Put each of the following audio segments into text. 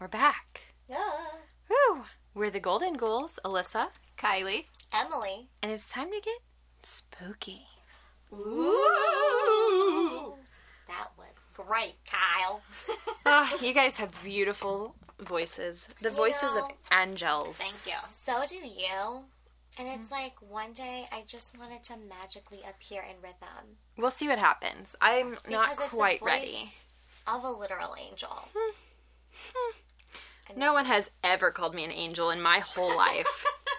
We're back. Ah. Woo! We're the Golden Ghouls, Alyssa, Kylie. Emily. and it's time to get spooky. Ooh. That was great, Kyle. Ah, you guys have beautiful voices. The voices of know- angels. Thank you. So do you. And it's Mm-hmm. like one day I just wanted to magically appear in rhythm. We'll see what happens. I'm not Because it's the quite voice ready. Of a literal angel. And Hmm. No it's- one has ever called me an angel in my whole life. but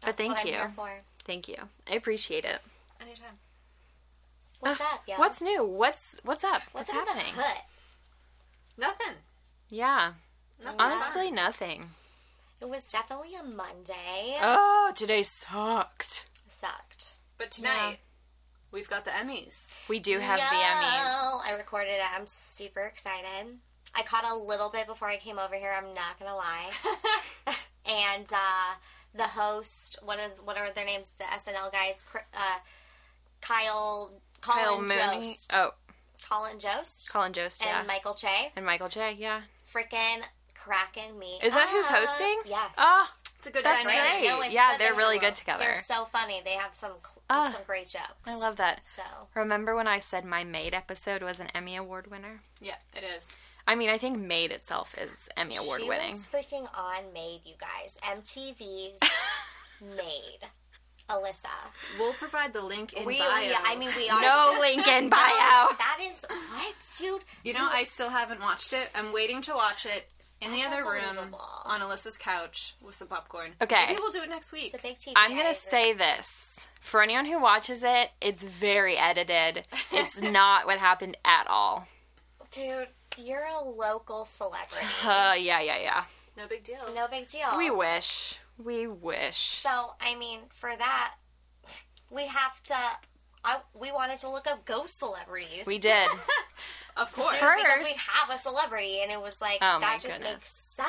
that's what thank I'm you. here for. Thank you. I appreciate it. Anytime. What's Ah, up, y'all? What's new? What's what's up? What's, What's up in happening? the hood? Nothing. Yeah. Nothing. Honestly, nothing. It was definitely a Monday. Oh, today sucked. Sucked. But tonight, we've got the Emmys. We do have Yo, the Emmys. I recorded it. I'm super excited. I caught a little bit before I came over here. I'm not gonna lie. and uh, the host, what is what are their names? The SNL guys, Cr- uh, Kyle, Kyle Colin Mooney. Jost, Oh, Colin Jost, Colin Jost, and yeah. Michael Che, and Michael J, yeah. freaking cracking me. Is that who's up. hosting? Uh, Yes. Oh, It's a good That's time. right? great. No, it's Yeah, the they're best really in good the world. together. They're so funny. They have some cl- Ah, some great jokes. I love that. So Remember when I said my Maid episode was an Emmy Award winner? Yeah, it is. I mean, I think Maid itself is Emmy Award she winning. was freaking on Made, you guys. MTV's Made. Alyssa. We'll provide the link in We, we, bio. I mean, we are. No Lincoln bio. That is what, dude? you know, I still haven't watched it. I'm waiting to watch it in the That's other room unbelievable. on Alyssa's couch with some popcorn. Okay. Maybe we'll do it next week. It's a big TV. I'm I gonna agree. say this for anyone who watches it, it's very edited. It's not what happened at all. Dude, you're a local celebrity. Uh, yeah, yeah, yeah. No big deal. No big deal. We wish. We wish. So, I mean, for that, we have to. I, we wanted to look up ghost celebrities. We did. Of course. Sure. because we first. have a celebrity, and it was like Oh, my that just goodness. makes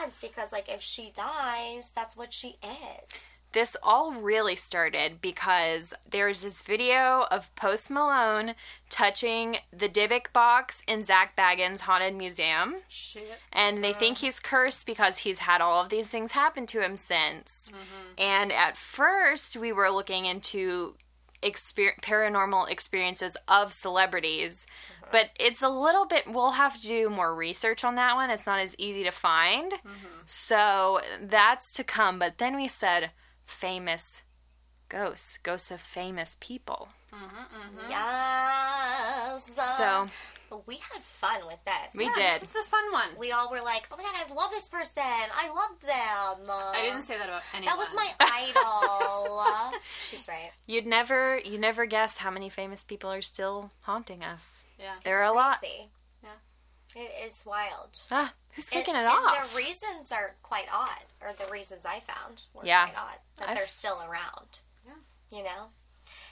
sense because like if she dies, that's what she is. this all really started because there's this video of Post Malone touching the Dybbuk box in Zach Bagans' Haunted Museum. Shit. and they think he's cursed because he's had all of these things happen to him since. And at first, we were looking into exper- paranormal experiences of celebrities, but it's a little bit. We'll have to do more research on that one. It's not as easy to find, so that's to come. But then we said famous ghosts, ghosts of famous people. Yes. So But we had fun with this. We Yeah, did. This is a fun one. We all were like, "Oh my god, I love this person. I love them." Uh, I didn't say that about That anyone. was my idol. She's right. you'd never, you never guess how many famous people are still haunting us. Yeah. There are a lot. See, Yeah. it is wild. Ah, who's kicking and, it off? And the reasons are quite odd, or the reasons I found were Yeah. quite odd that I've- they're still around. Yeah. You know,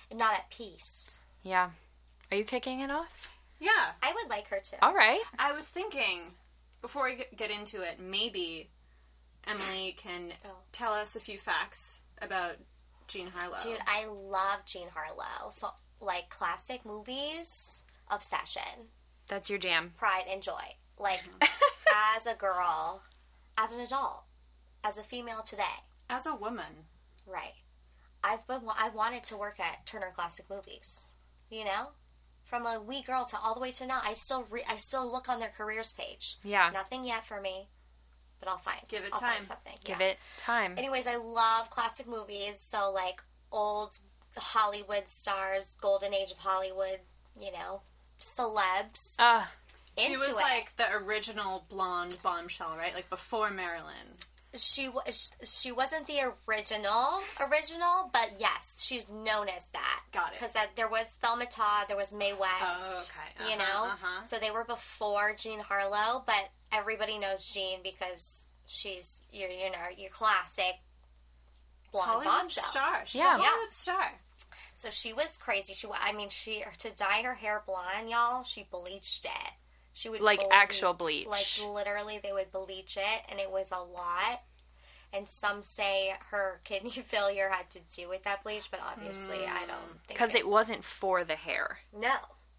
and not at peace. yeah. Are you kicking it off? Yeah. I would like her to. All right. I was thinking, before we get- get into it, maybe Emily can Oh. tell us a few facts about Jean Harlow. Dude, I love Jean Harlow. So, like classic movies, obsession, That's your jam. pride, and joy. Like Uh-huh. as a girl, as an adult, as a female today, As a woman, right? I've been. wa- I wanted to work at Turner Classic Movies. You know, from a wee girl to all the way to now, I still re- I still look on their careers page. Yeah. Nothing yet for me, but I'll find. Give it I'll time. Find something. Give yeah. it time. Anyways, I love classic movies. So like old Hollywood stars, golden age of Hollywood. You know, celebs Uh, into she was it. like the original blonde bombshell, right? Like before Marilyn. she was. She wasn't the original original, but yes, she's known as that. Got it. Because there was Thelma Todd, there was Mae West. Oh, okay. You know, Uh-huh, uh-huh. so they were before Jean Harlow, but everybody knows Jean because she's your you know your classic blonde Hollywood bombshell. star. She's Yeah. a Hollywood star. So she was crazy. She, wa- I mean, she to dye her hair blonde, y'all. She bleached it. She would Like ble- actual bleach. Like literally, they would bleach it, and it was a lot. And some say her kidney failure had to do with that bleach, but obviously, I don't think because Hmm. it wasn't for the hair. no.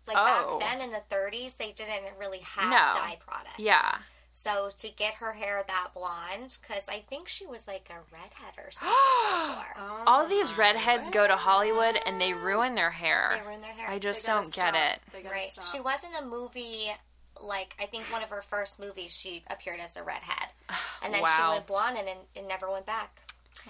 Like Oh. back then in the 30s, they didn't really have No. dye products. Yeah. So to get her hair that blonde, because I think she was like a redhead or something before. Oh All these my redheads go to Hollywood and they ruin their They hair. ruined their hair. I They just gotta don't get stop. it. They gotta right. stop. She was in a movie. Like I think one of her first movies, she appeared as a redhead, and then Wow. she went blonde and, and, and never went back.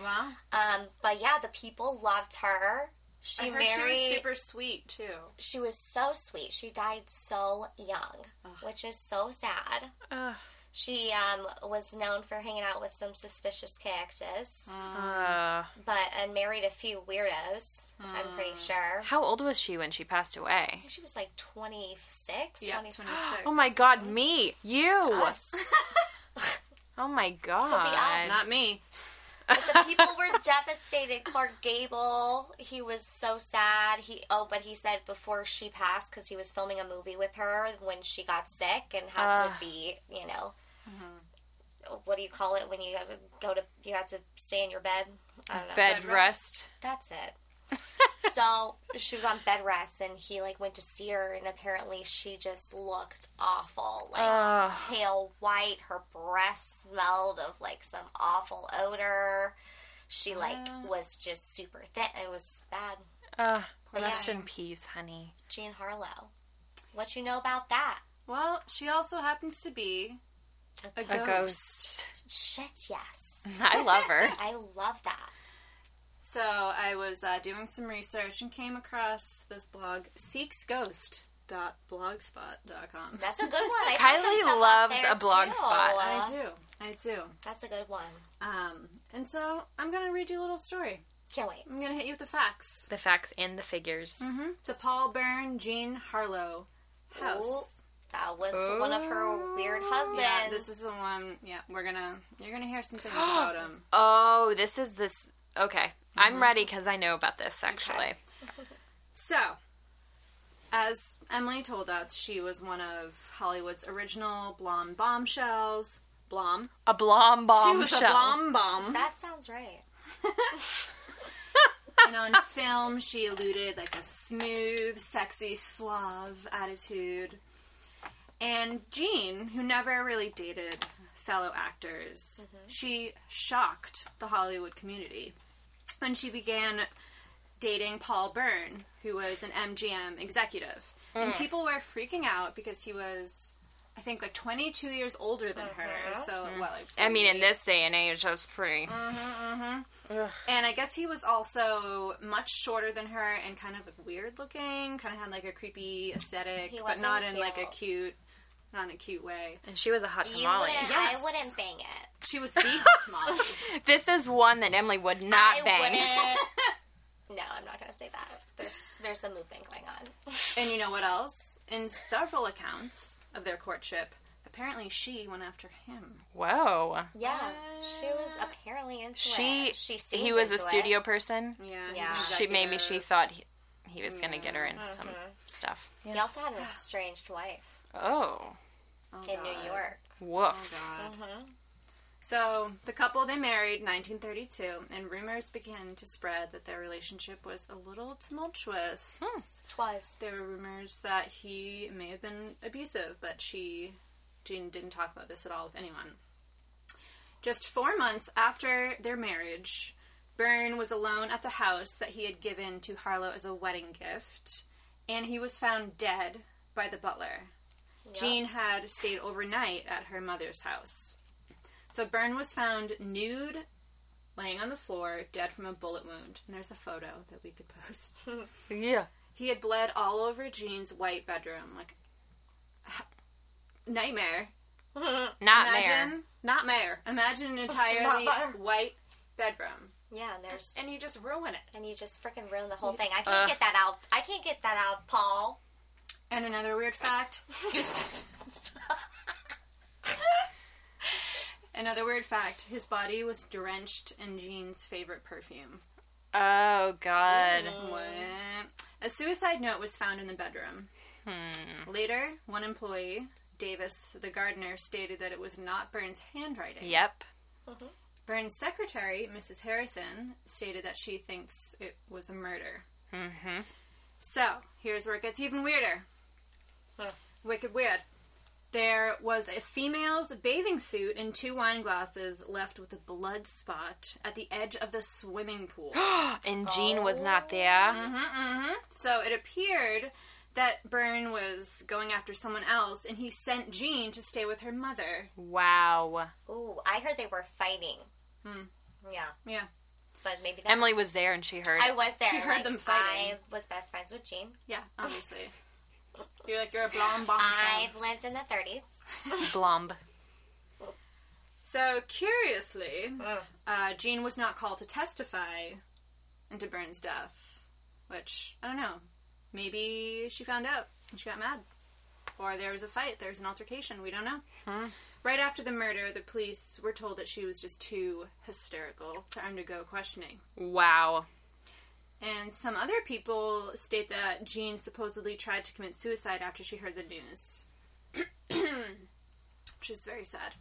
wow. Um, but yeah, the people loved her. She I heard married. she was super sweet too. she was so sweet. She died so young, which is so sad. Ugh. She um, was known for hanging out with some suspicious characters, Uh, but and married a few weirdos. I'm pretty sure. how old was she when she passed away? She was like 26, Yeah, 25. 26. Oh my god, me, you. Us. Oh my god. us. Not me. But the people were devastated. Clark Gable, he was so sad. He oh, but he said before she passed because he was filming a movie with her when she got sick and had Ah. to be, you know, what do you call it when you have to go to you have to stay in your bed? I don't know. Bed Bed rest. rest. That's it. so she was on bed rest, and he like went to see her, and apparently she just looked awful, like Ugh. pale white. Her breasts smelled of like some awful odor. She like was just super thin. It was bad. Uh, Yeah. rest in peace, honey. Jean Harlow, what you know about that? Well, she also happens to be a A ghost. ghost. Shit, yes, I love her. I love that. So I was uh, doing some research and came across this blog, seeksghost.blogspot.com. That's a good one. I have some Kylie stuff out loves there, a blog too. spot. I do. I do. That's a good one. Um, and so I'm going to read you a little story. Can't wait. I'm going to hit you with the facts. The facts and the figures. Mm-hmm. The Paul Byrne Jean Harlow house. That was one of her weird Oh. husbands. Yeah, this is the one. Yeah, we're gonna. You're gonna hear some things about him. Oh, this is this. Okay. Mm-hmm. I'm ready because I know about this, actually. So, as Emily told us, she was one of Hollywood's original blonde bombshells. Blom. A blom bomb she was a shell. blom bomb. That sounds right. and on film, she eluded like a smooth, sexy, suave attitude. And Jean, who never really dated fellow actors, she shocked the Hollywood community when she began dating Paul Byrne, who was an MGM executive. And people were freaking out because he was, I think, like 22 years older than her. So, what, like I mean, in this day and age, that's pretty. Mm. And I guess he was also much shorter than her and kind of like weird looking, kind of had like a creepy aesthetic, He but wasn't not in like a cute. cute, not in a cute way. And she was a hot You tamale. wouldn't. Yes. I wouldn't bang it. She was the hot tamale. This is one that Emily would not I bang. wouldn't. No, I'm not gonna say that. There's there's a movement going on. And you know what else? In several accounts of their courtship, apparently she went after him. Whoa. Yeah, she was apparently into Uh, She, it. She seemed he was a into it. studio person. Yeah. he's an Yeah. She maybe she executive. thought he, he was gonna get her into some stuff. He also had an estranged wife Oh, Oh, in God. New York. Mm-hmm. woof. God. So the couple they married 1932, and rumors began to spread that their relationship was a little tumultuous. Hmm. Twas. There were rumors that he may have been abusive, but she, Jean, didn't talk about this at all with anyone. Just four months after their marriage, Byrne was alone at the house that he had given to Harlow as a wedding gift, and he was found dead by the butler. Jean had stayed overnight at her mother's house. So Byrne was found nude, laying on the floor, dead from a bullet wound. And there's a photo that we could post. Yeah. He had bled all over Jean's white bedroom. Like, nightmare. Not Imagine, there. not mayor. Imagine an entirely Nightmare. white bedroom. Yeah, and there's And you just ruin it. and you just freaking ruined the whole thing. I uh. can't get that out. I can't get that out, Paul. And another weird fact. another weird fact. His body was drenched in Jean's favorite perfume. Oh God. What? A suicide note was found in the bedroom. Later, one employee, Davis, the gardener, stated that it was not Burns' handwriting. Yep. Mm-hmm. Burns' secretary, Mrs. Harrison, stated that she thinks it was a murder. Mm-hmm. So, here's where it gets even weirder. Huh. Wicked weird. There was a female's bathing suit and two wine glasses left with a blood spot at the edge of the swimming pool. Mm-hmm. And Jean was not there. So it appeared that Byrne was going after someone else, and he sent Jean to stay with her mother. Wow. Ooh, I heard they were fighting. Hmm. Yeah, Yeah. but maybe that. Emily was there and she heard. I was there. She heard like, them fighting. I was best friends with Jean. Yeah, obviously. you're like, you're a blonde bomb. I've lived in the 30s. Blomb. So, curiously, Mm. Ugh. uh, Jean was not called to testify into Byrne's death, which, I don't know, maybe she found out and she got mad. Or there was a fight, there was an altercation, we don't know. Right after the murder, the police were told that she was just too hysterical to undergo questioning. Wow. And some other people state that Jean supposedly tried to commit suicide after she heard the news. Which is very sad.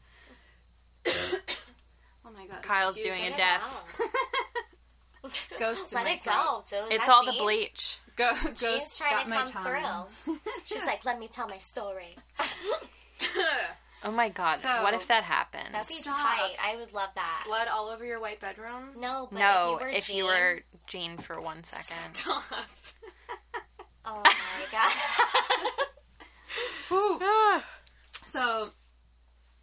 oh my god. Kyle's excuse doing me. a death. Wow. Ghost in Let my it throat. go. So is It's that all the Jean? bleach. Go, Jean's ghost trying got to my come tongue. through. She's like, let me tell my story. Oh my god. So- what if that happens? That'd be Stop. tight. I would love that. Blood all over your white bedroom. No, but no, if you were, Jean- Jean for one second. Stop. oh my god. so,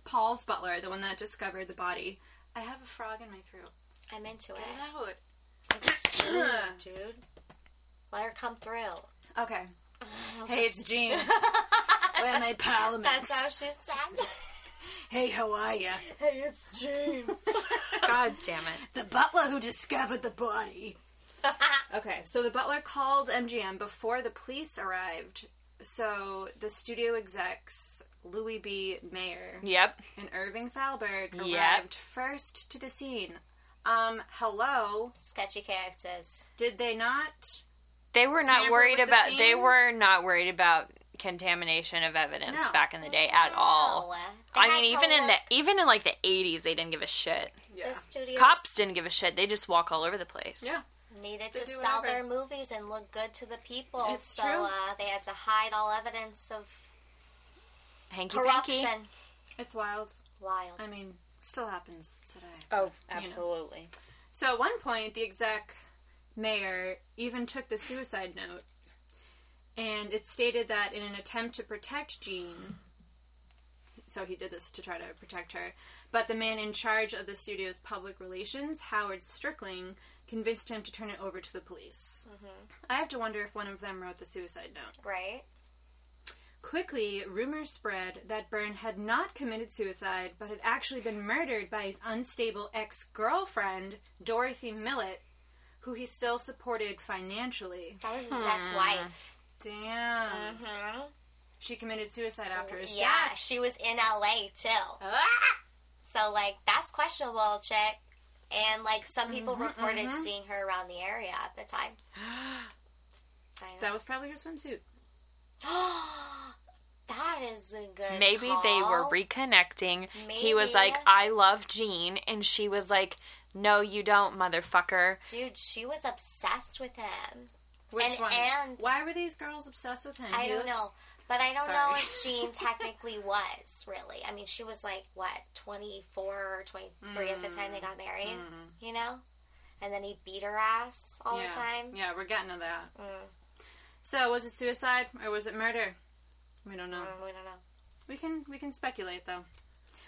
Paul's butler, the one that discovered the body, I have a frog in my throat. I'm into Get it. it out. It's Jean, dude. Let her come through. Okay. Hey, it's Jean. We're my parliament. That's how she sounds. Hey, how are ya? hey, it's Jean. God damn it. The butler who discovered the body. okay, so the butler called MGM before the police arrived. So the studio execs, Louis B. Mayer Yep. and Irving Thalberg, arrived Yep. first to the scene. Um, hello? Sketchy characters. Did they not? They were not Tamper worried with the about they scene? were not worried about contamination of evidence No. back in the day at all. No. They I had mean to even in the look- even in like the 80s they didn't give a shit. Yeah. the studios Cops didn't give a shit. They just walk all over the place. Yeah. needed They to do sell whatever. their movies and look good to the people. It's so true. Uh, they had to hide all evidence of Hanky corruption. panky. It's wild. Wild. I mean, still happens today. Oh, absolutely. So at one point, the exec mayor even took the suicide note, and it stated that in an attempt to protect Jean, so he did this to try to protect her, but the man in charge of the studio's public relations, Howard Strickling, convinced him to turn it over to the police. I have to wonder if one of them wrote the suicide note. Right? Quickly, rumors spread that Byrne had not committed suicide, but had actually been murdered by his unstable ex girlfriend, Dorothy Millett, who he still supported financially. That was his ex-wife. Damn. hmm She committed suicide after his Yeah, death. she was in LA too. Ah! So like that's questionable, chick. And like some people Mm-hmm, reported seeing her around the area at the time. I know. That was probably her swimsuit. that is a good. Maybe they were call. reconnecting. He was like, Maybe. I love Jean. And she was like, No, you don't, motherfucker. Dude, she was obsessed with him. Which And- one? and- Why were these girls obsessed with him? I He don't looks- know. But I don't know Sorry. if Jean technically was, really. I mean, she was like, what, 24 or 23 at the time they got married? You know? And then he beat her ass all Mm-hmm. yeah. the time. Mm. Yeah, we're getting to that. So, was it suicide or was it murder? We don't know. Mm, we don't know. We can we can speculate though.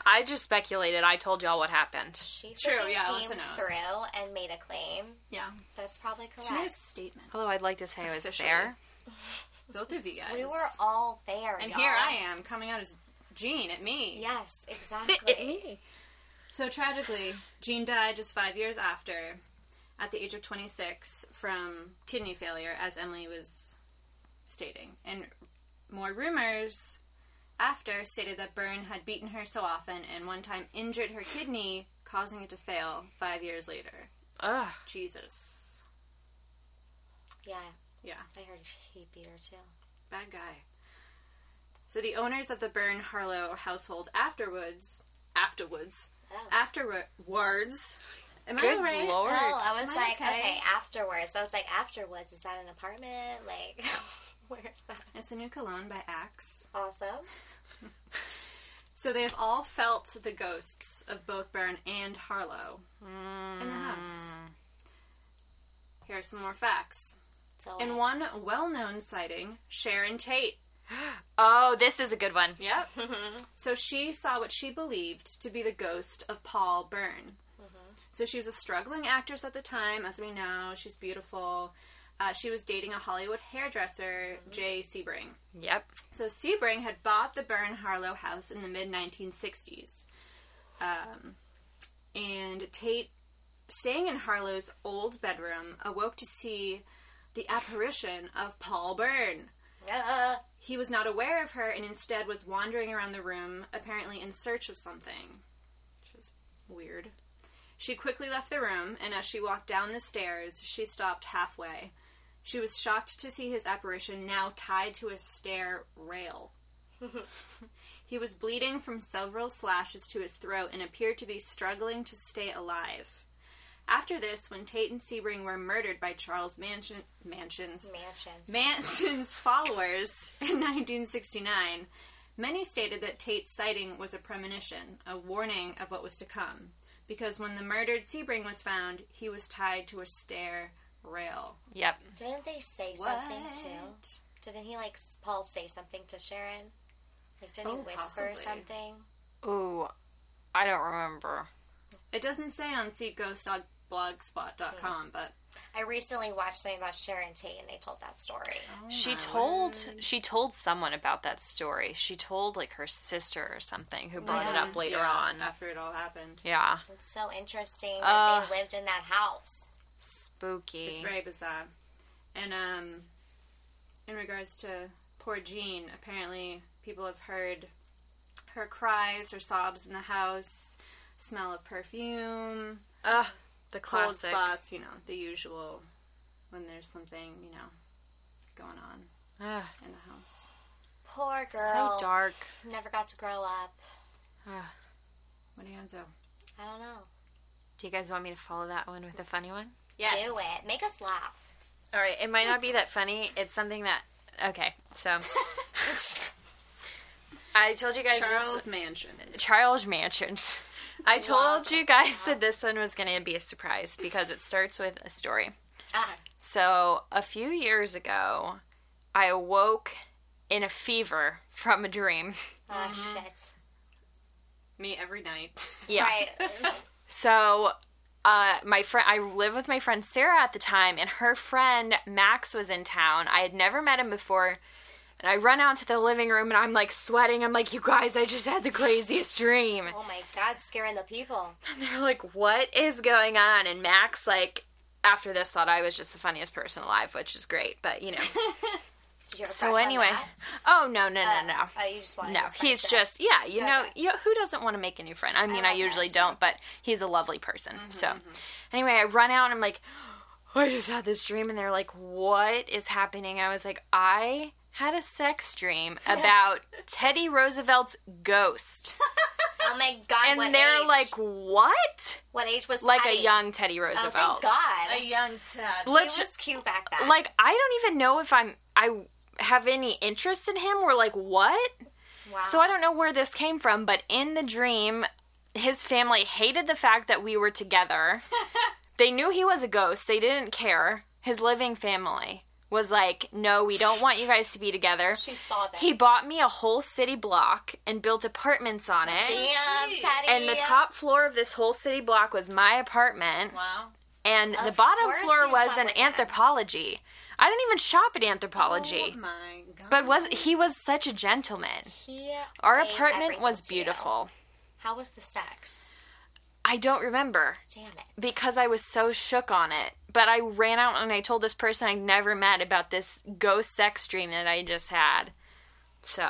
I just speculated. I told y'all what happened. She True, freaking yeah, came Alyssa knows. through and made a claim. Yeah. That's probably She made a correct. statement. Although I'd like to say I was Officially. there. Both of you guys. We were all there, And y'all. here I am coming out as Jean at me. Yes, exactly. So tragically, Jean died just five years after, at the age of 26, from kidney failure, as Emily was stating. And more rumors after stated that Byrne had beaten her so often and one time injured her kidney, causing it to fail five years later. Ugh. Jesus. yeah, Yeah. I heard he beat her too. Bad guy. So the owners of the Byrne Harlow household afterwards, afterwards, Oh. afterwards, Am I Good all right? lord. Oh, I was Am I like, okay? okay? afterwards. I was like, afterwards, is that an apartment? Like, where's that? It's a new cologne by Axe. Awesome. So they have all felt the ghosts of both Byrne and Harlow in the house. Here are some more facts. So, Hmm. uh, In one well known sighting, Sharon Tate. Oh, this is a good one. Yep. so she saw what she believed to be the ghost of Paul Byrne. So she was a struggling actress at the time, as we know. She's beautiful. Uh, she was dating a Hollywood hairdresser, Jay Sebring. Yep. So Sebring had bought the Byrne Harlow house in the mid 1960s. Um, and Tate, staying in Harlow's old bedroom, awoke to see the apparition of Paul Byrne. uh, He was not aware of her and instead was wandering around the room, apparently in search of something. Which was weird. She quickly left the room, and as she walked down the stairs, she stopped halfway. She was shocked to see his apparition now tied to a stair rail. he was bleeding from several slashes to his throat and appeared to be struggling to stay alive. After this, when Tate and Sebring were murdered by Charles Mansion, Mansions, mansions. Manson's followers in 1969, many stated that Tate's sighting was a premonition, a warning of what was to come, because when the murdered Sebring was found, he was tied to a stair rail. Yep. Didn't they say something too? Didn't he like s- Paul say something to Sharon? Like, didn't he Oh, whisper possibly. something? Ooh, I don't remember. It doesn't say on seatghost.blogspot.com, but I recently watched something about Sharon Tate, and they told that story. she told she told someone about that story. She told like her sister or something who brought it up later Yeah, on. after it all happened. Yeah. It's so interesting that Ugh. they lived in that house. Spooky. It's very bizarre. And um, in regards to poor Jean, apparently people have heard her cries, her sobs in the house, smell of perfume, Ugh, the cold classic. spots, you know, the usual when there's something, you know, going on Ugh, in the house. Poor so girl. dark. Never got to grow up. Ugh. What do you guys do? I don't know. Do you guys want me to follow that one with a funny one? Do it. Make us laugh. All right, it might not be that funny. It's something that okay. So I told you guys this- Charles Mansion. Charles Mansion. I told Love you guys that this one was going to be a surprise because it starts with a story. Ah, So, a few years ago, I awoke in a fever from a dream. ah, shit. Me every night. Mm-hmm. Yeah. Right. So, uh, my friend, I lived with my friend Sarah at the time, and her friend Max was in town. I had never met him before, and I run out to the living room and I'm like sweating. I'm like, "You guys, I just had the craziest dream." oh my god, scaring the people. And they're like, "What is going on?" And Max, like, after this, thought I was just the funniest person alive, which is great, but you know. Did you have a so crush on anyway, that? oh no, no, no, Uh, no. Oh, you just wanted No, his he's friendship. just yeah. You know, Okay. Oh, you, who doesn't want to make a new friend? I mean, I, like that usually story. don't, but he's a lovely person. Mm-hmm, so, anyway, I run out and I'm like, I just had this dream, and they're like, "What is happening?" I was like, I had a sex dream about Teddy Roosevelt's ghost, Oh my god, and what they're age? like, "What?" what age was Like Teddy? a young Teddy Oh, Roosevelt. thank God. A young Ted. he Let's was cute back then. like I don't even know if I'm I have any interest in him. We're like, what? wow. So I don't know where this came from, but in the dream, his family hated the fact that we were together. they knew he was a ghost, they didn't care. His living family was like, no, we don't want you guys to be together. she saw that. He bought me a whole city block and built apartments on it. Damn, Sweet. Teddy. And the top floor of this whole city block was my apartment. Wow. And the Of bottom course floor you was slept an with him. anthropology. I don't even shop at anthropology. Oh my god. but was he was such a gentleman. He Our gave apartment everything was to you. beautiful. How was the sex? I don't remember Damn it. because I was so shook on it. But I ran out and I told this person I never met about this ghost sex dream that I just had. So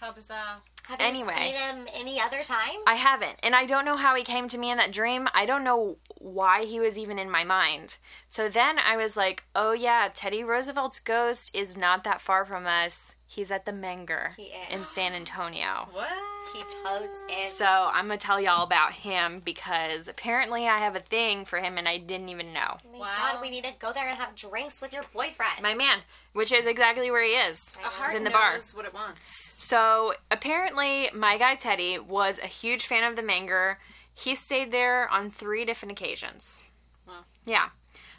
How bizarre. Have anyway. you seen him any other times? I haven't. And I don't know how he came to me in that dream. I don't know why he was even in my mind. So then I was like, oh yeah, Teddy Roosevelt's ghost is not that far from us. He's at the Menger He is. in San Antonio. What? He totes it. So I'm gonna tell y'all about him because apparently I have a thing for him and I didn't even know. Oh my Wow. God, we need to go there and have drinks with your boyfriend. My man, which is exactly where he is. A heart He's in the bar. knows what it wants. So apparently, my guy Teddy was a huge fan of the Menger. He stayed there on three different occasions. Wow. Yeah.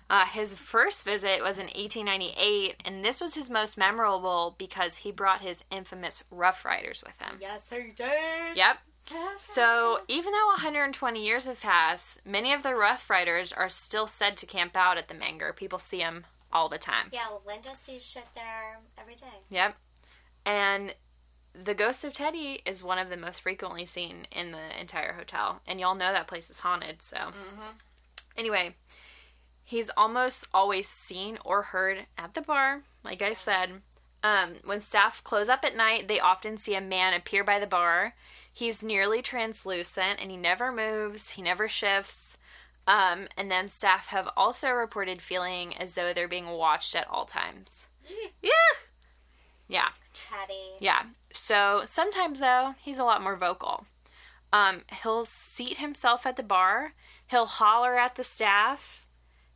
Uh, his first visit was in 1898, and this was his most memorable because he brought his infamous Rough Riders with him. yes, he did. Yep. So, even though 120 years have passed, many of the Rough Riders are still said to camp out at the Menger. People see them all the time. Yeah, well, Linda sees shit there every day. Yep. And the ghost of Teddy is one of the most frequently seen in the entire hotel. And y'all know that place is haunted, so. Anyway, he's almost always seen or heard at the bar, like I said. Um, when staff close up at night, they often see a man appear by the bar. He's nearly translucent and he never moves, he never shifts. Um, and then staff have also reported feeling as though they're being watched at all times. Yeah. Yeah. Teddy. Yeah. So sometimes though, he's a lot more vocal. Um, he'll seat himself at the bar. He'll holler at the staff.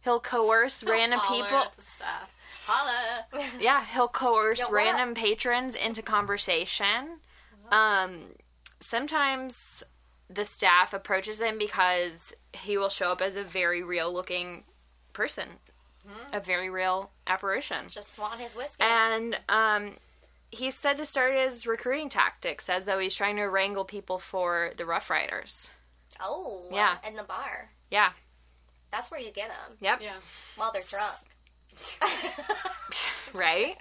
He'll coerce random Holler people. at the staff. Holla. Yeah, he'll coerce Yo, what? random patrons into conversation. Um, sometimes the staff approaches him because he will show up as a very real looking person, a very real apparition. Just want his whiskey. And um, he's said to start his recruiting tactics as though he's trying to wrangle people for the Rough Riders. oh, Yeah. In the bar. Yeah. That's where you get them Yep. Yeah. while they're drunk. right?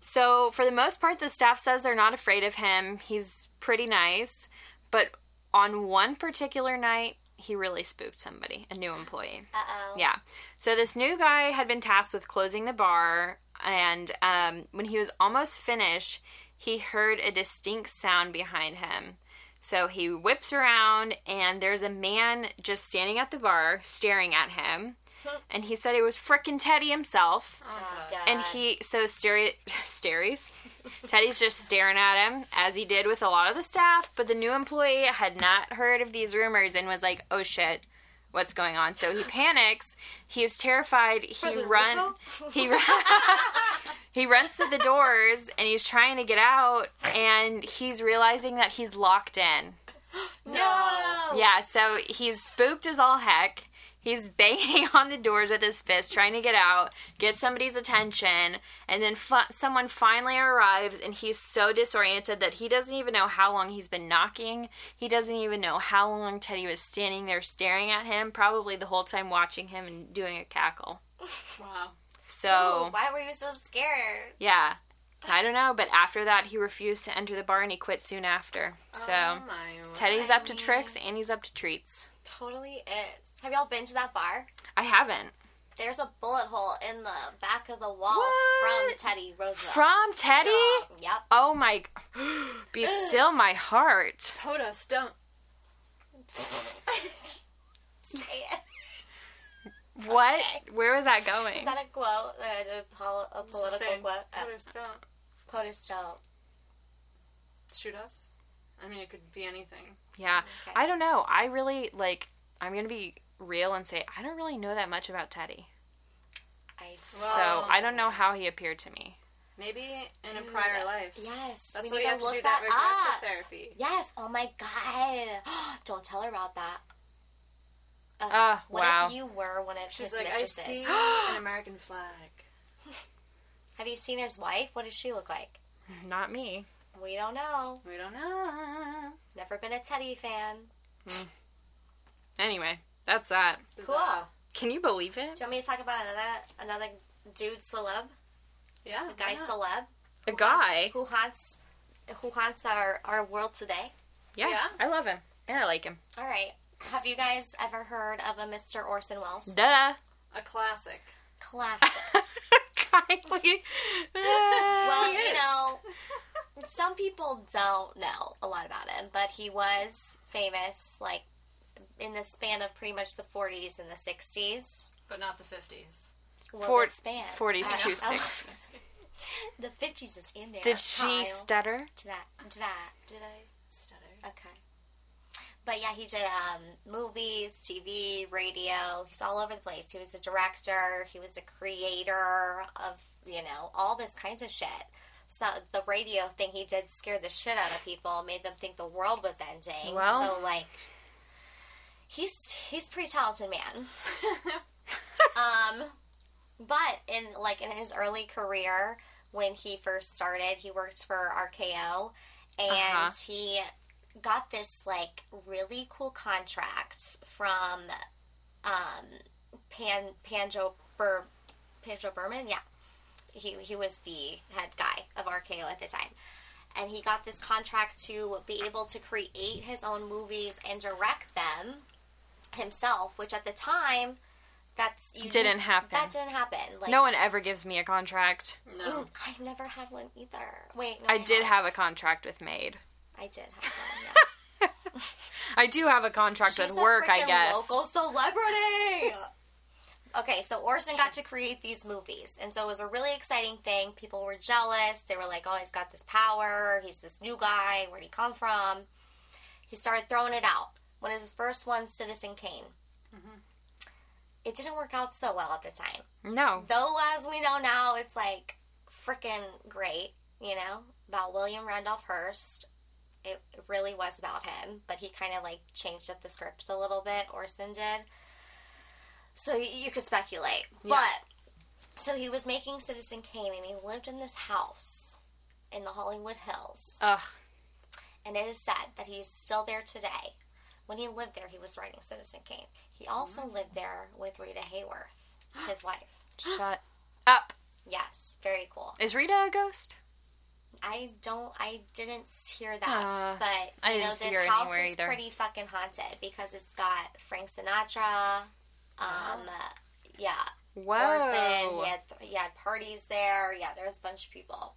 So, for the most part, the staff says they're not afraid of him. He's pretty nice. But on one particular night, he really spooked somebody, a new employee. Uh oh. Yeah. So, this new guy had been tasked with closing the bar. And um, when he was almost finished, he heard a distinct sound behind him. So he whips around, and there's a man just standing at the bar staring at him. And he said it was frickin' Teddy himself. Oh, Oh, God. God. And he so stare stares. Teddy's just staring at him as he did with a lot of the staff, but the new employee had not heard of these rumors and was like, "Oh shit, what's going on?" So he panics. He is terrified. He President run. He run. he runs to the doors and he's trying to get out, and he's realizing that he's locked in. No. Yeah, so he's spooked as all heck. He's banging on the doors with his fist, trying to get out, get somebody's attention, and then fi- someone finally arrives, and he's so disoriented that he doesn't even know how long he's been knocking. He doesn't even know how long Teddy was standing there staring at him, probably the whole time watching him and doing a cackle. Wow. So, Dude, why were you so scared? yeah. I don't know, but after that, he refused to enter the bar and he quit soon after. So, Oh, my word. Teddy's up to I tricks and he's up to treats. Totally is. Have y'all been to that bar? I haven't. There's a bullet hole in the back of the wall What? from Teddy Roosevelt. From Teddy? Stop. Yep. Oh my. Be still my heart. POTUS, don't. Say it. What? Where was that going? Is that a quote? Uh, a, pol- a political Say, quote? Uh, POTUS, don't. POTUS don't. Shoot us? I mean, it could be anything. yeah. Okay. I don't know. I really, like, I'm going to be real and say, I don't really know that much about Teddy. I So Well- I don't know how he appeared to me. Maybe in a prior life. Yes. That's uh, we why need you have to to look do that that, regressive up. therapy. Yes. Oh my god. don't tell her about that. Ugh, Ah, what wow. if you were one of She's his like, I mistresses? see an American flag. Have you seen his wife? What does she look like? Not me. We don't know. We don't know. Never been a Teddy fan. Anyway, that's that. Cool. Bizarre. Can you believe it? Do you want me to talk about another another dude celeb, Yeah. a guy why not? celeb A guy? who haunts who haunts our our world today? Yeah. Yeah. I love him. And I like him. All right. Have you guys ever heard of a Mr. Orson Welles? Duh. A classic. Classic. Kylie. Well, He is. you know, some people don't know a lot about him, but he was famous like in the span of pretty much the 40s and the 60s. But not the 50s. Well, Fort- the span. 40s I to don't know. 60s. The fifties is in there. Did she Kyle. stutter? Did I? Did I? Did I stutter? Okay. But yeah, he did um, movies, TV, radio. He's all over the place. He was a director. He was a creator of you know all this kinds of shit. So the radio thing he did scared the shit out of people, made them think the world was ending. Well. so like, he's he's a pretty talented man. um, but in like in his early career, when he first started, he worked for RKO, and Uh-huh. he got this like really cool contract from um, Pan Panjo Bur, Panjo Berman. Yeah, he he was the head guy of RKO at the time. And he got this contract to be able to create his own movies and direct them himself, which at the time, that's you Didn't happen. That didn't happen. Like, No one ever gives me a contract. No. Mm, I've never had one either. Wait, no, I did have have. a contract with Maid. I did have one. Yeah. I do have a contract She's with a work, I freaking guess. Local celebrity. okay, so Orson got to create these movies, and so it was a really exciting thing. People were jealous. They were like, "Oh, he's got this power. He's this new guy. Where'd he come from?" He started throwing it out. When his first one, Citizen Kane. Mm-hmm. It didn't work out so well at the time. No. Though, as we know now, it's like freaking great, you know, about William Randolph Hearst. It really was about him, but he kind of like changed up the script a little bit, Orson did. So y- you could speculate. But, so he was making Citizen Kane and he lived in this house in the Hollywood Hills. Ugh. and it is said that he's still there today. When he lived there, he was writing Citizen Kane. He also lived there with Rita Hayworth, his wife. Shut up. Yes, very cool. Is Rita a ghost? I don't. I didn't hear that, Uh, but I you know, didn't see this her house anywhere is either. pretty fucking haunted because it's got Frank Sinatra. Um, yeah, Orson. Whoa. He had, he had parties there. Yeah, there was a bunch of people.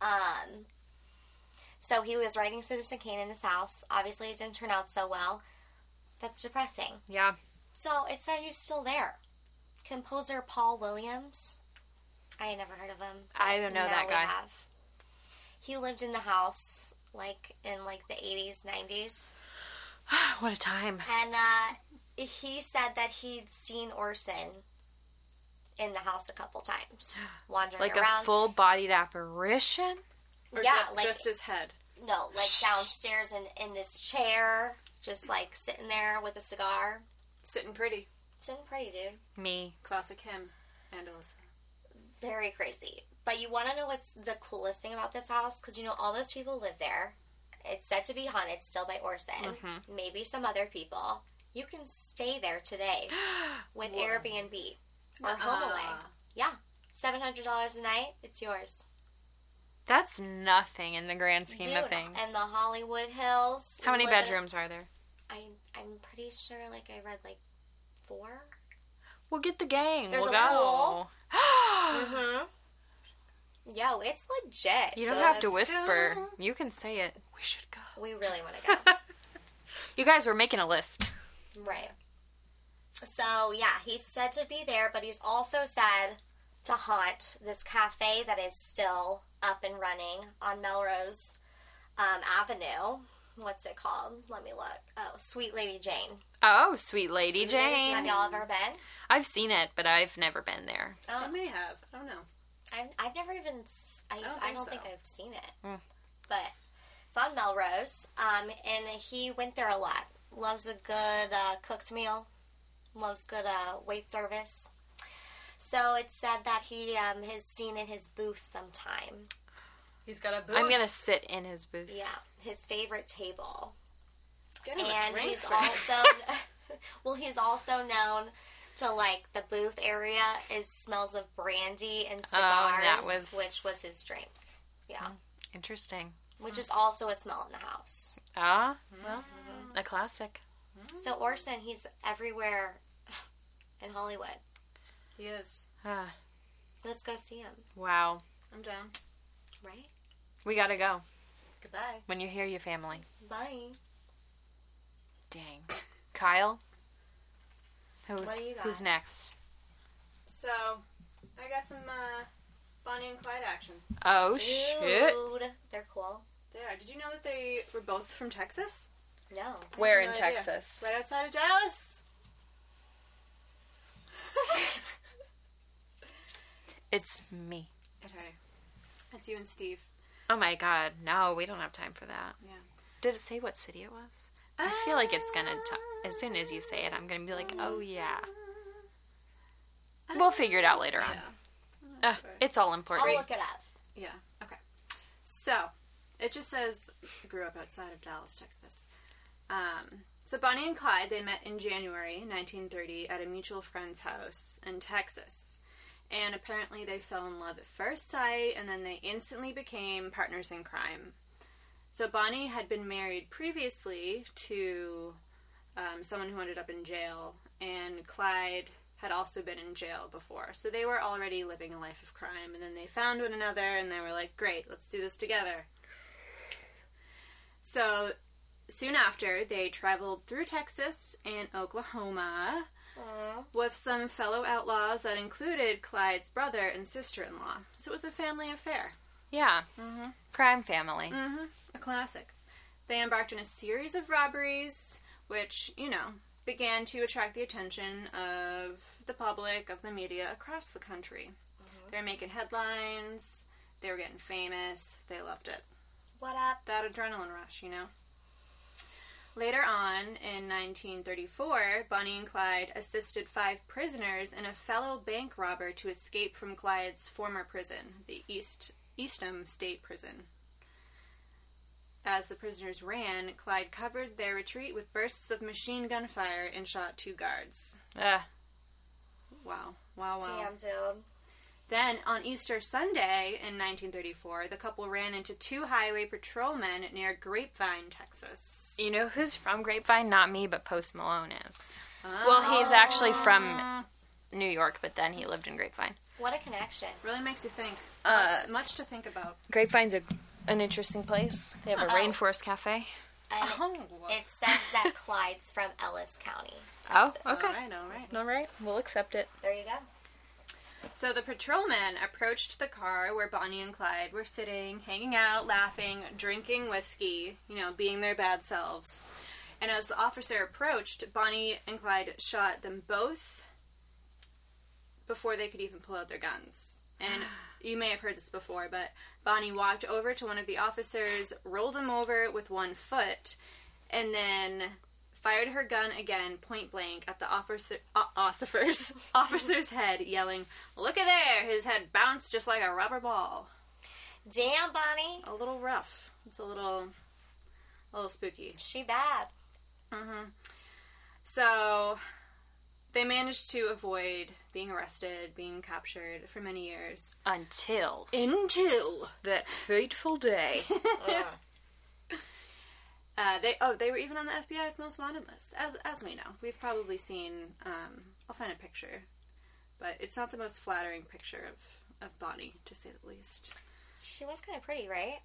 Um, so he was writing Citizen Kane in this house. Obviously, it didn't turn out so well. That's depressing. Yeah. So it said he's still there. Composer Paul Williams. I had never heard of him. I don't know Now that we guy. have. He lived in the house like in like the eighties, nineties, What a time. and uh, he said that he'd seen Orson in the house a couple times, wandering Like around. a full bodied apparition? Or yeah, ju- like just his head. no, like downstairs in in this chair, just like sitting there with a cigar, Sitting pretty. sitting pretty, dude. Me. Classic him and Alyssa. very crazy. But you want to know what's the coolest thing about this house? Because you know all those people live there. It's said to be haunted still by Orson. Mm-hmm. Maybe some other people. You can stay there today with Airbnb Uh-uh. or HomeAway. Ah. Yeah, seven hundred dollars a night. It's yours, That's nothing in the grand scheme of Dude, things. And the Hollywood Hills. How many living- bedrooms are there? I'm I'm pretty sure. Like I read like four. We'll get the gang. There's we'll a go. pool. Mm-hmm. Yo, it's legit. You don't dude. have to Let's whisper. go. You can say it. We should go. We really want to go. You guys were making a list. Right. So yeah, he's said to be there, but he's also said to haunt this cafe that is still up and running on Melrose um, Avenue. What's it called? Let me look. Oh, Sweet Lady Jane. Oh, sweet lady Jane. Have y'all ever been? Oh. I've seen it, but I've never been there. I may have. I don't know. I've, I've never even. s- I, I don't, don't think, think so. I've seen it. Mm. But it's on Melrose. Um, and he went there a lot. Loves a good uh, cooked meal, loves good uh, wait service. So it's said that he um, has seen in his booth sometime. He's got a booth. I'm gonna sit in his booth. Yeah, his favorite table. get him a and drink he's first. also well he's also known to like the booth area is smells of brandy and cigars Um, that was- which was his drink yeah Interesting. which is also a smell in the house Ah, well, Mm-hmm. a classic. so orson he's everywhere in hollywood He is. Ah, let's go see him wow. I'm down. right We gotta go. Goodbye. When you hear your family. bye Dang. Kyle? Who's, What do you got? who's next? So, I got some uh, Bon Bonnie and Clyde action. Oh shit! Dude, They're cool. They are. Did you know that they were both from Texas? No. Where in I had no idea. Texas? Right outside of Dallas. It's me. Okay. That's you and Steve. Oh my god, no, we don't have time for that. Yeah. Did it say what city it was? I feel like it's gonna. T- as soon as you say it, I'm gonna be like, oh yeah. We'll figure it out later on. Yeah. Ugh, it's all Um, I'll important. look it up. Yeah. Okay. So, it just says grew up outside of Dallas, Texas. Um, so Bonnie and Clyde they met in January 1930 at a mutual friend's house in Texas. And apparently they fell in love at first sight and then they instantly became partners in crime. So Bonnie had been married previously to um, someone who ended up in jail and Clyde had also been in jail before. So they were already living a life of crime and then they found one another and they were like, "Great, let's do this together." So soon after, they traveled through Texas and Oklahoma with some fellow outlaws that included Clyde's brother and sister-in-law. So it was a family affair, yeah. Mm-hmm. Crime family. Mm. a classic. They embarked on a series of robberies which, you know, began to attract the attention of the public, of the media across the country. They were making headlines, they were getting famous, they loved it. What up? that adrenaline rush, you know? Later on, in 1934, Bonnie and Clyde assisted five prisoners and a fellow bank robber to escape from Clyde's former prison, the East Eastham State Prison. As the prisoners ran, Clyde covered their retreat with bursts of machine gun fire and shot two guards. Ugh. Wow. Wow, wow. Damn, dude. Then, on Easter Sunday in 1934, the couple ran into two highway patrolmen near Grapevine, Texas. You know who's from Grapevine? Not me, but Post Malone is. Ah, Well, he's actually from New York, but then he lived in Grapevine. What a connection. Really makes you think. Uh, Lots- much to think about. Grapevine's a, an interesting place. They have a Oh. rainforest cafe. And Oh, it says that Clyde's from Ellis County. Texas. Oh, okay. All right, all right. All right, we'll accept it. There you go. So the patrolmen approached the car where Bonnie and Clyde were sitting, hanging out, laughing, drinking whiskey, you know, being their bad selves. And as the officer approached, Bonnie and Clyde shot them both before they could even pull out their guns. And you may have heard this before, but Bonnie walked over to one of the officers, rolled him over with one foot, and then fired her gun again point blank at the officer, uh, officer's, officer's head, yelling, Look at there! His head bounced just like a rubber ball. Damn, Bonnie. A little rough. It's a little, a little spooky. She bad. So they managed to avoid being arrested, being captured for many years. Until Until that fateful day. Uh, they oh they were even on the FBI's most wanted list as as we know we've probably seen um, I'll find a picture, but it's not the most flattering picture of of Bonnie to say the least. She was kind of pretty, right?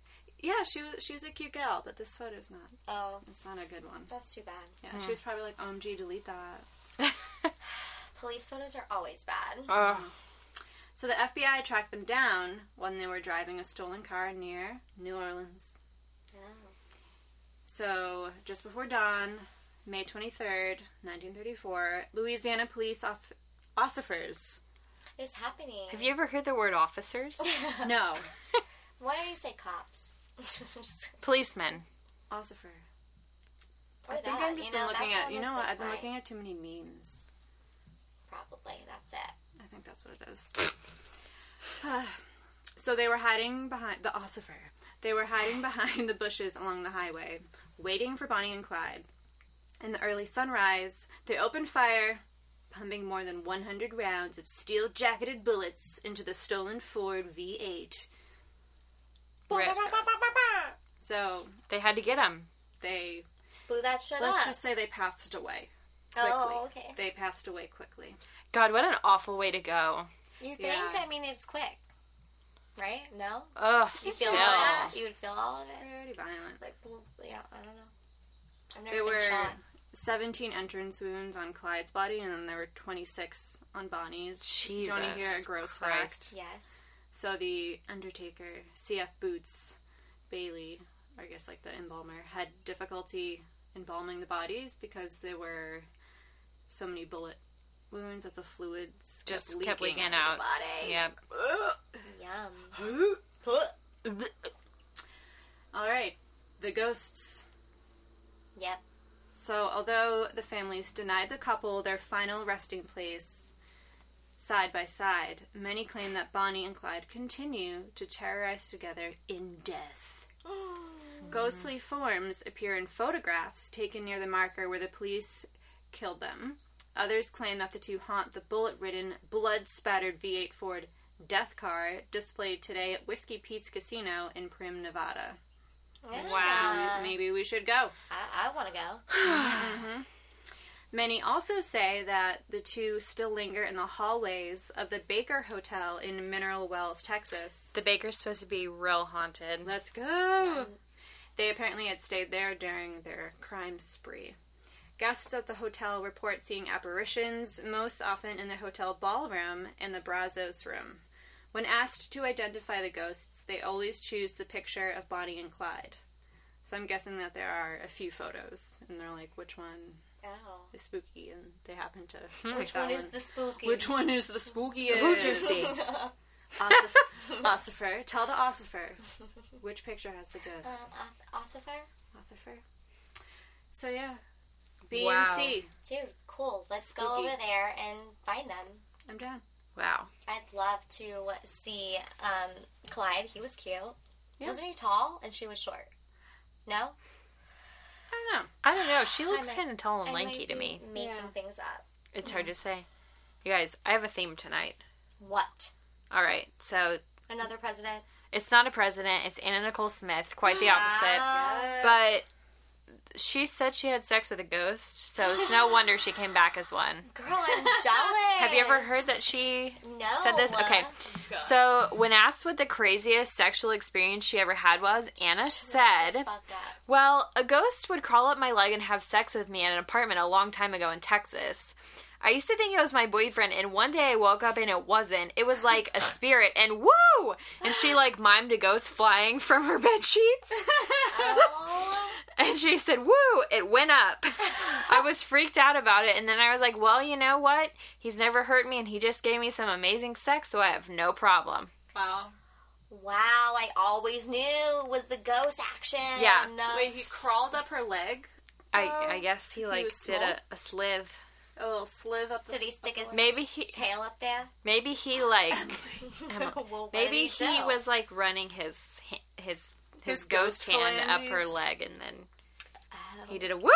Yeah, she was she was a cute gal, but this photo's not. Oh, It's not a good one. that's too bad. Yeah, Hmm. she was probably like OMG, delete that. Police photos are always bad. oh, So the FBI tracked them down when they were driving a stolen car near New Orleans. Oh. So, just before dawn, May 23rd, 1934, Louisiana police off- officers. It's happening. have you ever heard the word officers? No, Why don't you say cops? Policemen. officer. or I think that, I've just you been know, looking that's at, you almost know what, like I've been mine. looking at too many memes. Probably, that's it. I think that's what it is. so they were hiding behind the ossifer. They were hiding behind the bushes along the highway, waiting for Bonnie and Clyde. In the early sunrise, they opened fire, pumping more than 100 rounds of steel jacketed bullets into the stolen Ford V8. Rascals. So They had to get him. they, Blew that shit let's up. just say they passed away quickly. oh, okay. They passed away quickly. God, what an awful way to go. You think? Yeah. I mean, it's quick, right? No, Ugh, you still. feel all that. You would feel all of They're it. already violent. Like, well, yeah, I don't know. I've never There been were shot. 17 entrance wounds on Clyde's body, and then there were 26 on Bonnie's. Jesus Do you want to hear a gross Christ. fact? Yes. So the Undertaker, CF Boots, Bailey, or I guess like the embalmer, had difficulty embalming the bodies because there were so many bullet wounds that the fluids Just kept leaking out of out. the bodies. Yep. Yum. All right, the ghosts. yep. So, although the families denied the couple their final resting place side by side, many claim that Bonnie and Clyde continue to terrorize together in death. Ghostly forms appear in photographs taken near the marker where the police killed them. Others claim that the two haunt the bullet ridden, blood spattered V8 Ford death car displayed today at Whiskey Pete's Casino in Prim, Nevada. Wow. Yeah. Maybe we should go. I, I want to go. Many also say that the two still linger in the hallways of the Baker Hotel in Mineral Wells, Texas. The baker's supposed to be real haunted. Let's go! They apparently had stayed there during their crime spree. Guests at the hotel report seeing apparitions, most often in the hotel ballroom and the Brazos room. When asked to identify the ghosts, they always choose the picture of Bonnie and Clyde. So I'm guessing that there are a few photos, and they're like, which one Oh. is spooky? And they happen to Hmm. Which one is the spooky? Which one is the spookiest? Who'd you see? Ossif- Ossifer. Tell the Ossifer. Which picture has the Um, ghosts? Ossifer? Ossifer. So yeah. B Wow. and C. Dude, cool. Let's go Spooky. over there and find them. I'm down. Wow. I'd love to see um, Clyde. He was cute. Yeah. Wasn't he tall? And she was short. No, I don't know. I don't know. She looks might- kind of tall and I lanky might to be me. Making Yeah. things up. It's hard to say. You guys, I have a theme tonight. What? All right. So Another president? it's not a president. It's Anna Nicole Smith. Quite the opposite. Wow. But she said she had sex with a ghost, so it's no wonder she came back as one. Girl, I'm jealous. Have you ever heard that she No. said this? Okay. So, when asked what the craziest sexual experience she ever had was, Anna said, Fuck that. Well, a ghost would crawl up my leg and have sex with me in an apartment a long time ago in Texas. I used to think it was my boyfriend, and one day I woke up and it wasn't. It was like a spirit, and woo! And she like mimed a ghost flying from her bed sheets. Oh, And she said, Woo, it went up. I was freaked out about it. And then I was like, Well, you know what? He's never hurt me and he just gave me some amazing sex, so I have no problem. Wow. wow, I always knew it was the ghost action. Yeah. Um, Wait, he crawled up her leg. I, I guess he, like Oh, was did small? a, a slithe. A little slithe up the Did he stick his Maybe he- tail up there? Maybe he like Emily. Well, what did maybe he he do? was like running his h- his his, His ghost, ghost hand up her phalanges. leg and then he Oh, did a woo.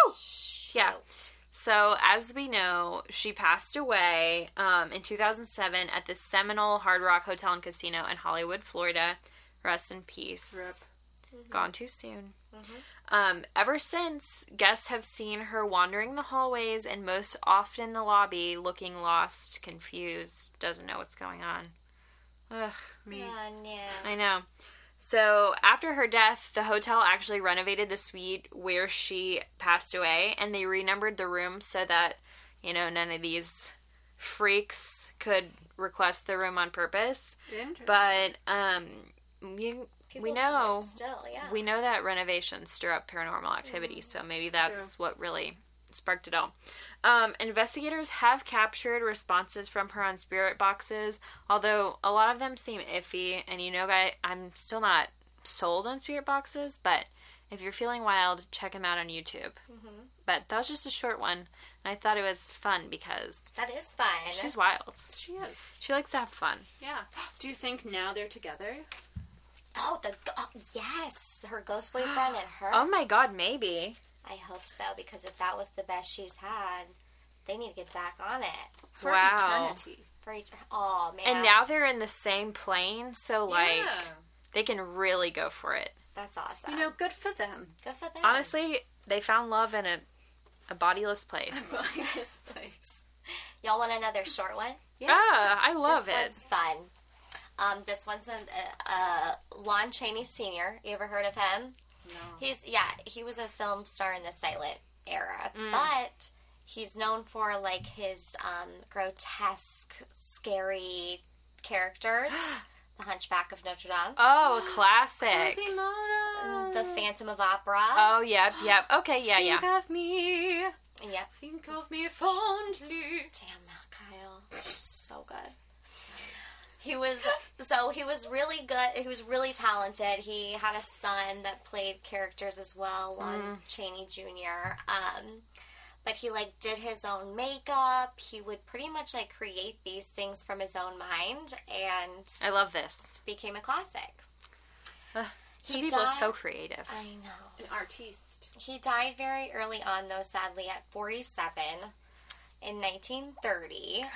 Yeah. shoot. So, as we know, she passed away um, in 2007 at the Seminole Hard Rock Hotel and Casino in Hollywood, Florida. Rest in peace. Gone too soon. Um, ever since, guests have seen her wandering the hallways and most often the lobby, looking lost, confused, doesn't know what's going on. Ugh. me. Oh, no. I know. So after her death, the hotel actually renovated the suite where she passed away, and they renumbered the room so that you know none of these freaks could request the room on purpose. Interesting. But um, you, we People know swear Still, yeah. we know that renovations stir up paranormal activity, so maybe that's what really sparked it all. Um, investigators have captured responses from her on spirit boxes, although a lot of them seem iffy. And you know, guy, I'm still not sold on spirit boxes, but if you're feeling wild, check them out on YouTube. But that was just a short one, and I thought it was fun because That is fun. she's wild. she is. She likes to have fun. Yeah. Do you think now they're together? Oh, the go- oh, yes, her ghost boyfriend and her. Oh my god, maybe. I hope so because if that was the best she's had, they need to get back on it. For Wow. eternity. For each- oh man, And now they're in the same plane, so like yeah. they can really go for it. that's awesome. You know, good for them. good for them. Honestly, they found love in a, a bodiless place. this place. y'all want another short one? Ah, I love this it. one's fun. Um, this one's an, uh, uh, Lon Chaney Sr. You ever heard of him? No. He's yeah, he was a film star in the silent era, but he's known for like his um, grotesque, scary characters. The Hunchback of Notre Dame, Oh, a classic. Quasimodo. The Phantom of Opera. Oh, yep, yep. Okay, yeah, Think yeah. of me. Yep. Think of me fondly. Damn, Kyle, so good. He was so he was really good. He was really talented. He had a son that played characters as well, Lon Mm. Chaney Jr. Um, but he like did his own makeup. He would pretty much like create these things from his own mind and I love this. became a classic. Ugh, Some He people are died- so creative. I know. An artiste. He died very early on, though, sadly, at 47 in 1930. Um,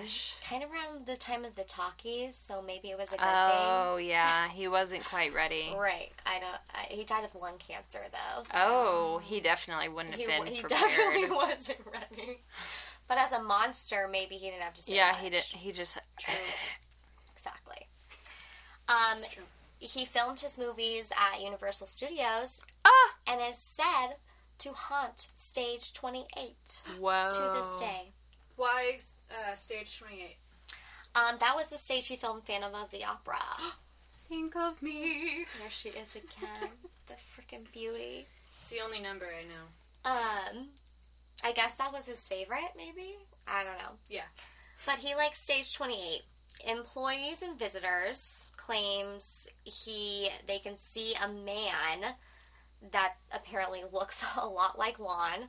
Gosh. kind of around the time of the talkies, so maybe it was a good Oh, yeah. He wasn't quite ready. thing. Right. I don't. I, he died of lung cancer, though. So Oh, he definitely wouldn't have He, been he prepared. definitely wasn't ready. But as a monster, maybe he didn't have to say yeah, much. he did. He just. Exactly. Um, true. he filmed his movies at Universal Studios Ah, and is said to haunt stage 28. whoa. to this day. Why uh, stage 28? Um, that was the stage she filmed Phantom of the Opera. Think of me. there she is again, the freaking beauty. It's the only number I know. Um, I guess that was his favorite, maybe. I don't know. Yeah. But he likes stage twenty eight. Employees and visitors claims he they can see a man that apparently looks a lot like Lon.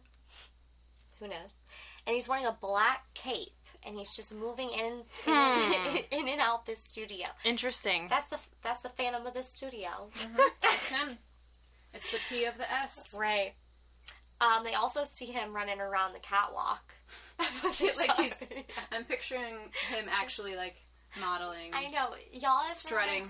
Who knows? And he's wearing a black cape, and he's just moving in in, in and out this studio. Interesting. That's the that's the Phantom of the Studio. It's him. It's the P of the S. Right. Um, they also see him running around the catwalk. like he's- I'm picturing him actually like modeling, I know. Y'all ever, strutting.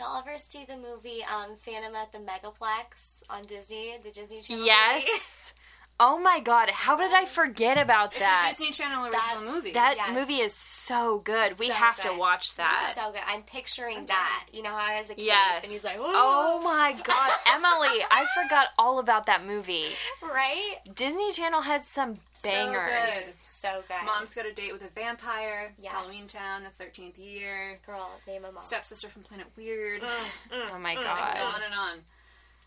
Y'all ever see the movie um, Phantom at the Megaplex on Disney, the Disney Channel? movie? Yes. Oh my god, how did I forget about that? It's a Disney Channel original that- movie. That Yes. movie is so good. we So have to good. watch that. So good. I'm picturing that. You know how I was a kid, yes. and he's like, oh oh, my god, Emily, I forgot all about that movie. right? Disney Channel had some bangers. good. So good. Mom's got a date with a vampire. Yes. Halloween Town, the thirteenth year. girl, name a mom. Stepsister from Planet Weird. Mm-hmm. Oh my Like, god. on and on.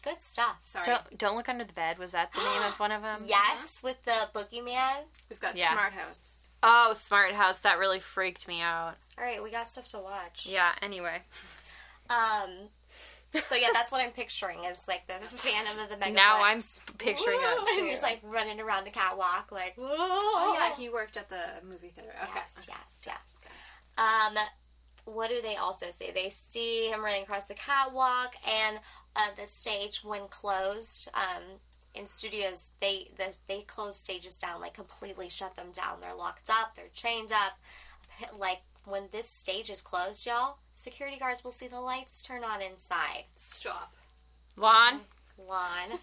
Good stuff. Sorry, Don't don't look under the bed. Was that the name of one of them? Yes, with the boogeyman. we've got Yeah. Smart House. Oh, Smart House. That really freaked me out. All right, we got stuff to watch. Yeah. Anyway, Um. So yeah, that's what I'm picturing is like the Phantom of the Megaplex. now I'm p- picturing Woo! it. and he's like running around the catwalk like whoa. Oh yeah, he worked at the movie theater. Okay. yes, yes, yes. Um, what do they also say? They see him running across the catwalk and uh, the stage when closed. Um, in studios, they the, they close stages down, like completely shut them down. They're locked up. They're chained up. Like when this stage is closed, y'all, security guards will see the lights turn on inside. Stop. Lon. Mm-hmm. lawn.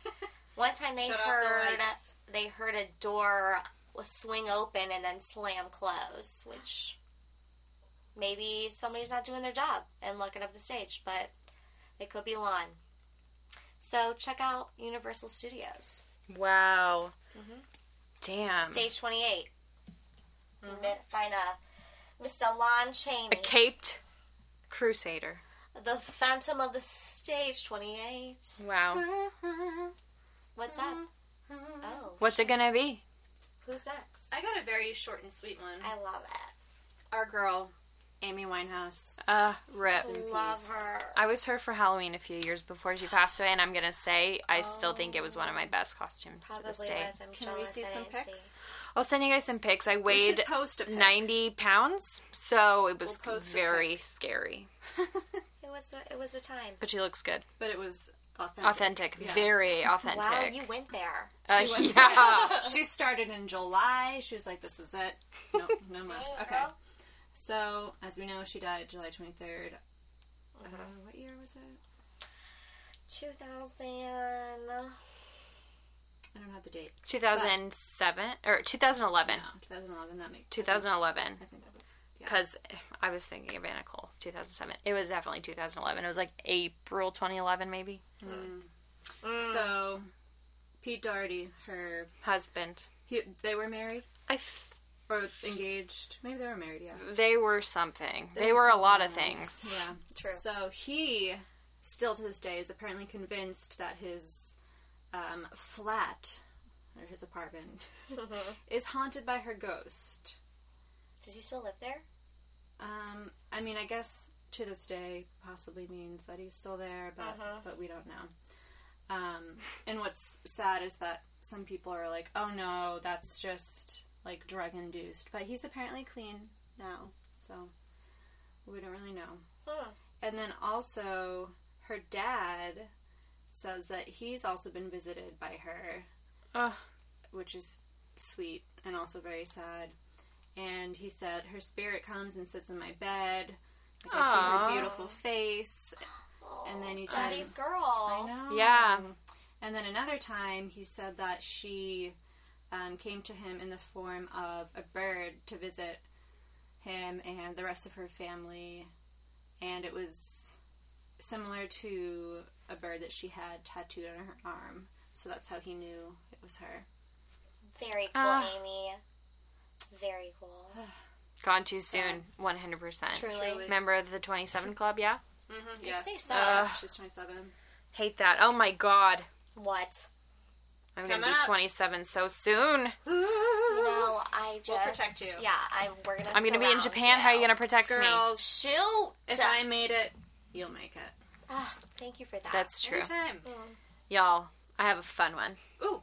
One time they Shut off the heard lights. they heard a door swing open and then slam close, which maybe somebody's not doing their job and locking up the stage, but it could be lawn. So check out Universal Studios, Wow. Mm-hmm. Mm-hmm. Damn. stage twenty Find a Mr. Lon Chaney, A caped crusader. the Phantom of the Stage twenty eight. Wow. I What's Mm-hmm. up? Oh, What's it gonna be? who's next? got a very short and sweet one. I love it. Our girl, Amy Winehouse. Uh, rip. Love her. I was her for Halloween a few years before she passed away, and I'm gonna say I still think it was one of my best costumes to this day. was. I'm Can we jealous see I some didn't see. pics? I'll send you guys some pics. I We weighed should post a pic. 90 pounds, so it was We'll post a very scary. It was a, it was a time. But she looks good. but it was authentic. Authentic. Yeah. Very authentic. Wow, you went there. Uh, She went- yeah. she started in July. She was like, "This is it. No, no mess." Okay. So, as we know, she died July twenty third. Uh, what year was it? 2000. I don't have the date. 2007 or 2011. No, 2011. That makes 2011. I think that was. Yeah. Because I was thinking of Anna Cole, 2007. It was definitely 2011. It was like April 2011, maybe. So, Pete Doherty, her, Husband. he, they were married. I f- Or engaged. Maybe they were married, yeah. They were something. They were a lot of things. Yeah, True. So he, still to this day, is apparently convinced that his um, flat or his apartment is haunted by her ghost. Does he still live there? Um, I mean, I guess to this day possibly means that he's still there, but but we don't know. Um, and what's sad is that some people are like, "Oh no, that's just like drug induced," but he's apparently clean now, so we don't really know. Hmm. And then also, her dad says that he's also been visited by her, Ugh. which is sweet and also very sad. And he said, Her spirit comes and sits in my bed. I can Aw. see her beautiful face. And then he Um, he's said, Daddy's girl. I know. Yeah. And then another time, he said that she um, came to him in the form of a bird to visit him and the rest of her family. And it was similar to a bird that she had tattooed on her arm. So that's how he knew it was her. Very cool, Ah. Amy. Very cool. Gone too soon, 100%. Truly. Truly. Member of the 27 Club, yeah? Mm-hmm, Say so. She's 27. Hate that. Oh my god. what? I'm going to Coming be up. 27 so soon. You know, I just. protect you. Yeah, I'm, we're gonna. I'm going to be in surround Oh, Japan. How are you going to protect me? Girls, Shoot! if I made it, you'll make it. Ah, thank you for that. That's true. Every time. Y'all, I have a fun one. Ooh.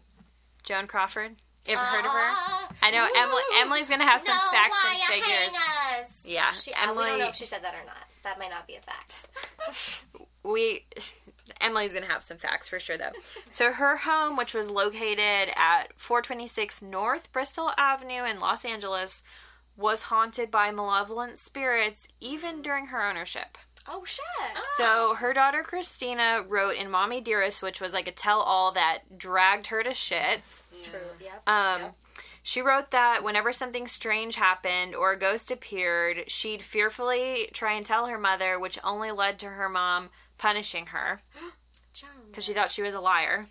Joan Crawford. You ever heard of her? Ah, I know Emily, woo. Emily's going to have some no, facts why and you figures. hang us? Yeah, She, I- we don't know Emily- if she said that or not. That might not be a fact. we Emily's gonna have some facts for sure though. so her home, which was located at 426 North Bristol Avenue in Los Angeles, was haunted by malevolent spirits even during her ownership. Oh shit! So her daughter Christina wrote in Mommy Dearest, which was like a tell all that dragged her to shit. True. Yep. Um, yep. She wrote that whenever something strange happened or a ghost appeared, she'd fearfully try and tell her mother, which only led to her mom punishing her Junk. because she thought she was a liar.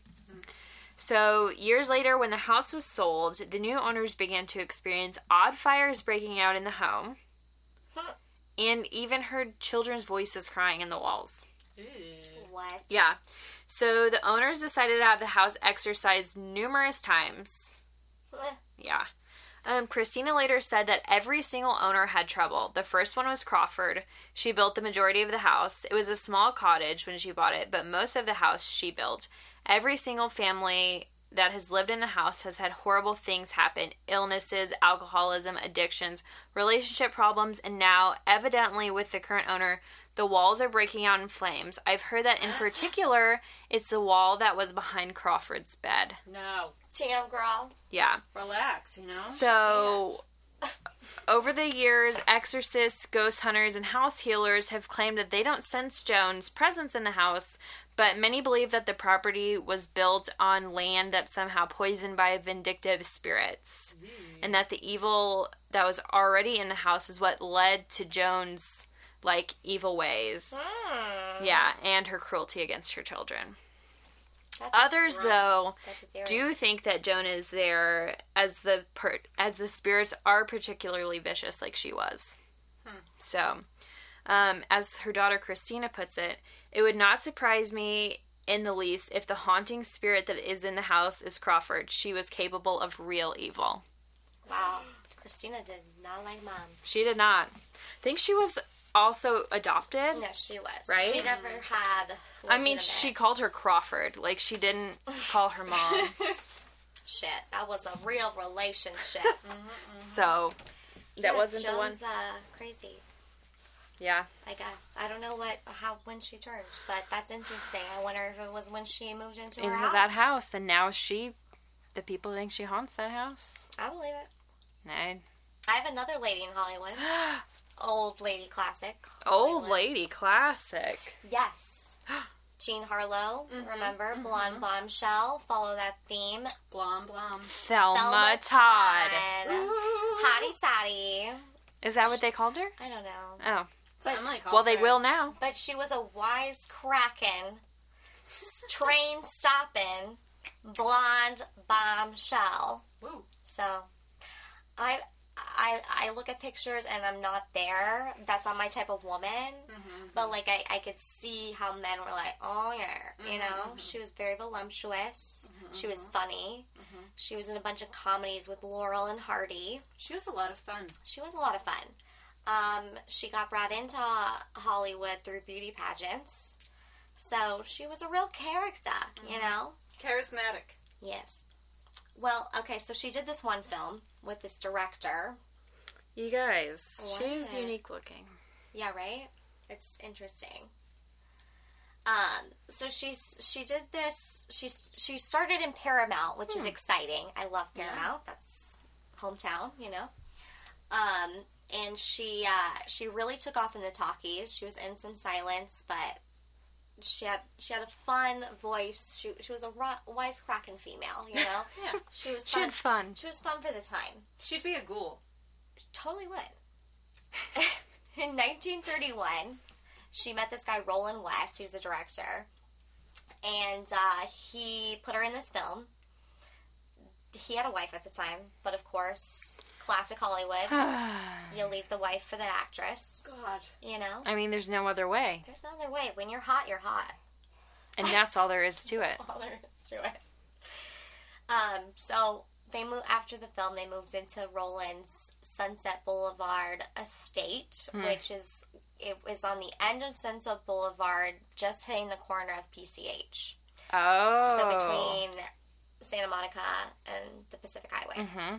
So, years later, when the house was sold, the new owners began to experience odd fires breaking out in the home Huh. and even heard children's voices crying in the walls. What? Yeah. So, the owners decided to have the house exercised numerous times. Eh, Yeah. Um, Christina later said that every single owner had trouble. The first one was Crawford. She built the majority of the house. It was a small cottage when she bought it, but most of the house she built. Every single family that has lived in the house has had horrible things happen illnesses, alcoholism, addictions, relationship problems, and now, evidently, with the current owner, the walls are breaking out in flames. I've heard that in particular, it's the wall that was behind Crawford's bed. No. Damn, girl. Yeah. Relax, you know? So, over the years, exorcists, ghost hunters, and house healers have claimed that they don't sense Joan's presence in the house, but many believe that the property was built on land that's somehow poisoned by vindictive spirits, and that the evil that was already in the house is what led to Joan's like evil ways. Hmm. Yeah, and her cruelty against her children. That's a- Others, though, that's a theory. do you think that Joan is there as the per- as the spirits are particularly vicious like she was. Hmm. So, um, as her daughter Christina puts it, it would not surprise me in the least if the haunting spirit that is in the house is Crawford. She was capable of real evil. Wow. Christina did not like mom. She did not. I think she was also adopted. No, she was. Right? She never had. I mean, legitimate- she called her Crawford. Like she didn't call her mom. Shit, that was a real relationship. so that Yeah, wasn't the one. Joan's, Uh, crazy. Yeah. I guess I don't know what how when she turned, but that's interesting. I wonder if it was when she moved into, her into house. that house, and now she, the people think she haunts that house. I believe it. Nah. I have another lady in Hollywood. Old lady classic. Old lady classic. Yes. Jean Harlow, remember? Blonde bombshell. Follow that theme. Blom, blom. Thelma, Thelma Todd. Todd. Hottie Sottie. Is that what they called her? I don't know. Oh, So Emily calls well, they her. will now. But she was a wise kraken, s- train stopping, blonde bombshell. Woo. So, I I, I look at pictures and I'm not there. That's not my type of woman. But like I, I could see how men were like, oh yeah, you know. She was very voluptuous. She was funny. She was in a bunch of comedies with Laurel and Hardy. She was a lot of fun. She was a lot of fun. Um, she got brought into Hollywood through beauty pageants, so she was a real character, you know. Charismatic. Yes. Well, okay, so she did this one film with this director. You guys, Wow. she's unique looking. Yeah, right. It's interesting. Um, so she's she did this. She's she started in Paramount, which Hmm. is exciting. I love Paramount. That's hometown, you know. Um, and she uh, she really took off in the talkies. She was in some silence, but she had she had a fun voice. She she was a ro- wisecracking female, you know. Yeah. She was She fun. had fun. She was fun for the time. She'd be a ghoul. Totally would. In 1931, she met this guy, Roland West, who's a director, and uh, he put her in this film. He had a wife at the time, but of course, classic Hollywood. I You leave the wife for the actress, God. you know? mean, there's no other way, There's no other way. When you're hot, you're hot. and that's all there is to it. all there is to it. Um, so they moved after the film. They moved into Roland's Sunset Boulevard estate, Hmm. which is it was on the end of Sunset Boulevard, just hitting the corner of PCH. Oh, So between Santa Monica and the Pacific Highway. Mm-hmm.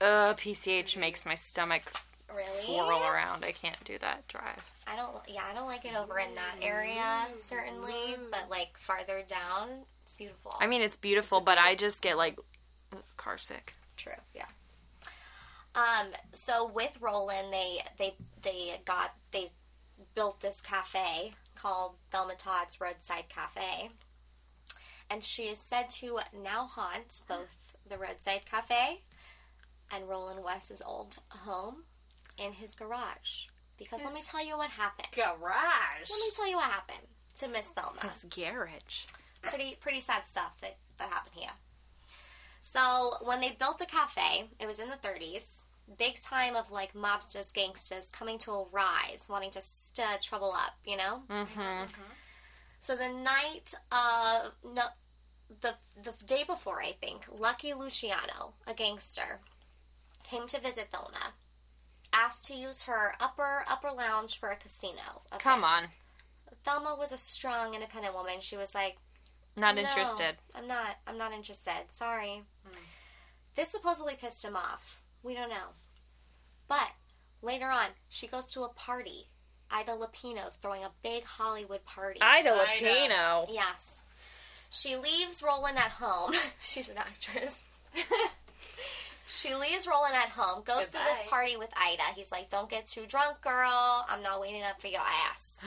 uh, PCH makes my stomach Really? swirl around. I can't do that drive. I don't. Yeah, I don't like it over in that area certainly, but like farther down, it's beautiful. I mean, it's beautiful, but I just get like uh, ugh, car sick. True. Yeah. Um. So with Roland, they they they got they built this cafe called Thelma Todd's Roadside Cafe, and she is said to now haunt both the Roadside Cafe and Roland West's old home in his garage. Because let me tell you what happened. Let Garage. me tell you what happened to Miss Thelma It's garage. pretty pretty sad stuff that that happened here. So when they built the cafe, it was in the 30s. Big time of like mobsters, gangsters coming to a rise, wanting to stir trouble up, you know. Mm-hmm. So the night of no, the the day before, I think Lucky Luciano, a gangster, came to visit Thelma, asked to use her upper upper lounge for a casino. offense. Come on, Thelma was a strong, independent woman. She was like, not "No, interested. I'm not. I'm not interested. Sorry. This supposedly pissed him off. We don't know. But later on, she goes to a party. Ida Lupino's throwing a big Hollywood party. Ida Ida. Lupino. Yes. She leaves Roland at home. She's an actress. she leaves Roland at home, goes to this Goodbye. party with Ida. He's like, Don't get too drunk, girl. I'm not waiting up for your ass.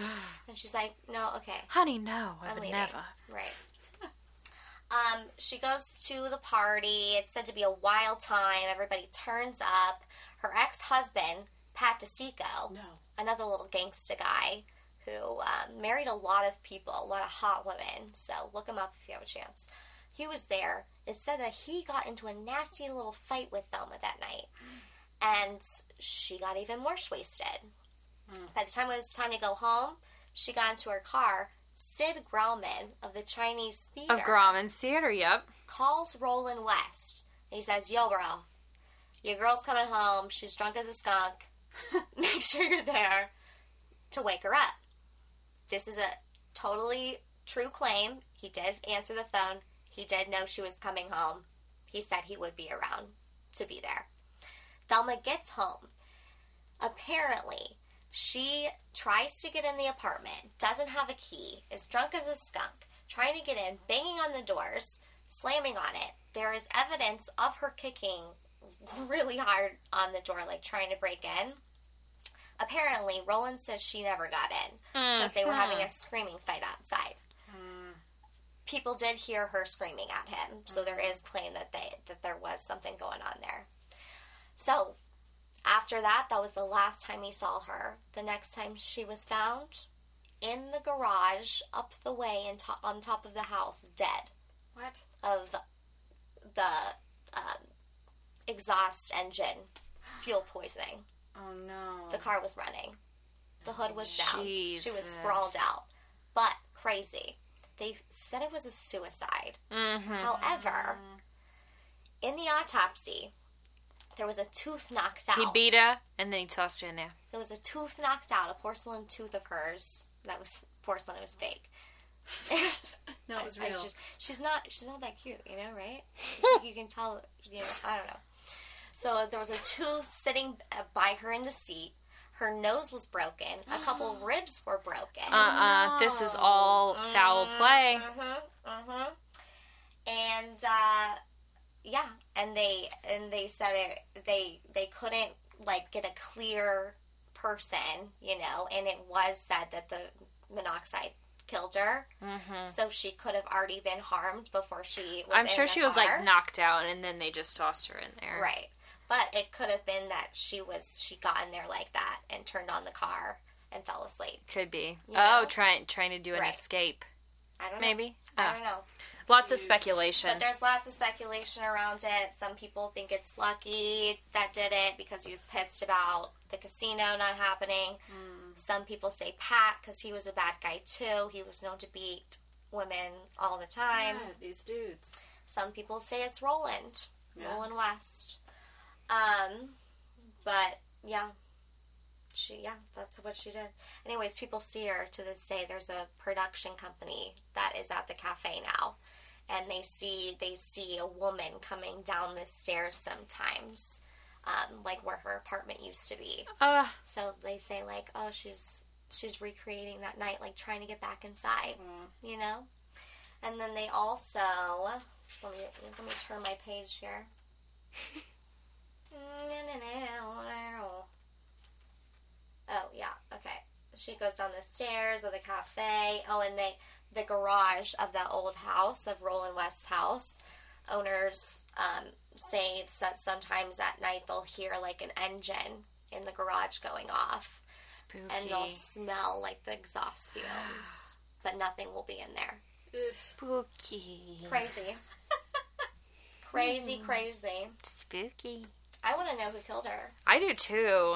and she's like, No, okay. Honey, no, I I'm would leaving. never. Right. Um, she goes to the party. It's said to be a wild time. Everybody turns up. Her ex husband, Pat DeSico, No. another little gangsta guy who um, married a lot of people, a lot of hot women. So look him up if you have a chance. He was there. It said that he got into a nasty little fight with Thelma that night. And she got even more wasted. Hmm. By the time it was time to go home, she got into her car. Sid Grauman of the Chinese Theater Of Grauman Theater, yep. calls Roland West and he says, Yo, bro, your girl's coming home. She's drunk as a skunk. Make sure you're there to wake her up. This is a totally true claim. He did answer the phone. He did know she was coming home. He said he would be around to be there. Thelma gets home. Apparently, she tries to get in the apartment, doesn't have a key, is drunk as a skunk, trying to get in, banging on the doors, slamming on it. There is evidence of her kicking really hard on the door, like trying to break in. Apparently, Roland says she never got in because they were having a screaming fight outside. People did hear her screaming at him, so there is claim that they that there was something going on there. So after that, that was the last time he saw her. The next time she was found in the garage up the way and to- on top of the house, dead What? of the um, exhaust engine fuel poisoning. Oh no. The car was running. The hood was down. She was Jesus. sprawled out. But crazy. They said it was a suicide. Mm-hmm. However, in the autopsy, there was a tooth knocked out. He beat her and then he tossed her in there. there was a tooth knocked out, a porcelain tooth of hers. That was porcelain. It was fake. no, it was I real. just- she's not. She's not that cute, you know, right? It's like you can tell. You know, I don't know. So there was a tooth sitting uh, by her in the seat. Her nose was broken. A couple ribs were broken. Uh uh This is all foul play. uh-huh. Mm-hmm. And uh, yeah, and they and they said it. They they couldn't like get a clear person, you know. And it was said that the monoxide killed her, so she could have already been harmed before she. was Mm-hmm. I'm in sure the she was car. like knocked out and then they just tossed her in there. right. But it could have been that she was she got in there like that and turned on the car and fell asleep. Could be. Yeah. Oh, trying trying to do an Right. escape. I don't know. Maybe. I Oh. don't know. Lots of speculation. But there's lots of speculation around it. Some people think it's lucky that did it because he was pissed about the casino not happening. Some people say Pat because he was a bad guy too. He was known to beat women all the time. Yeah, these dudes. Some people say it's Roland, Yeah. Roland West. Um, but yeah, she yeah, that's what she did. Anyways, people see her to this day. There's a production company that is at the cafe now, and they see they see a woman coming down the stairs sometimes, um, like where her apartment used to be. Ugh. So they say like, oh, she's she's recreating that night, like trying to get back inside, you know. And then they also let me let me turn my page here. oh yeah, okay. She goes down the stairs of the cafe. Oh, and they the garage of that old house of Roland West's house owners um, say that sometimes at night they'll hear like an engine in the garage going off spooky. and they'll smell like the exhaust fumes, but nothing will be in there. spooky. Crazy. crazy, crazy. Spooky. I want to know who killed her I do too.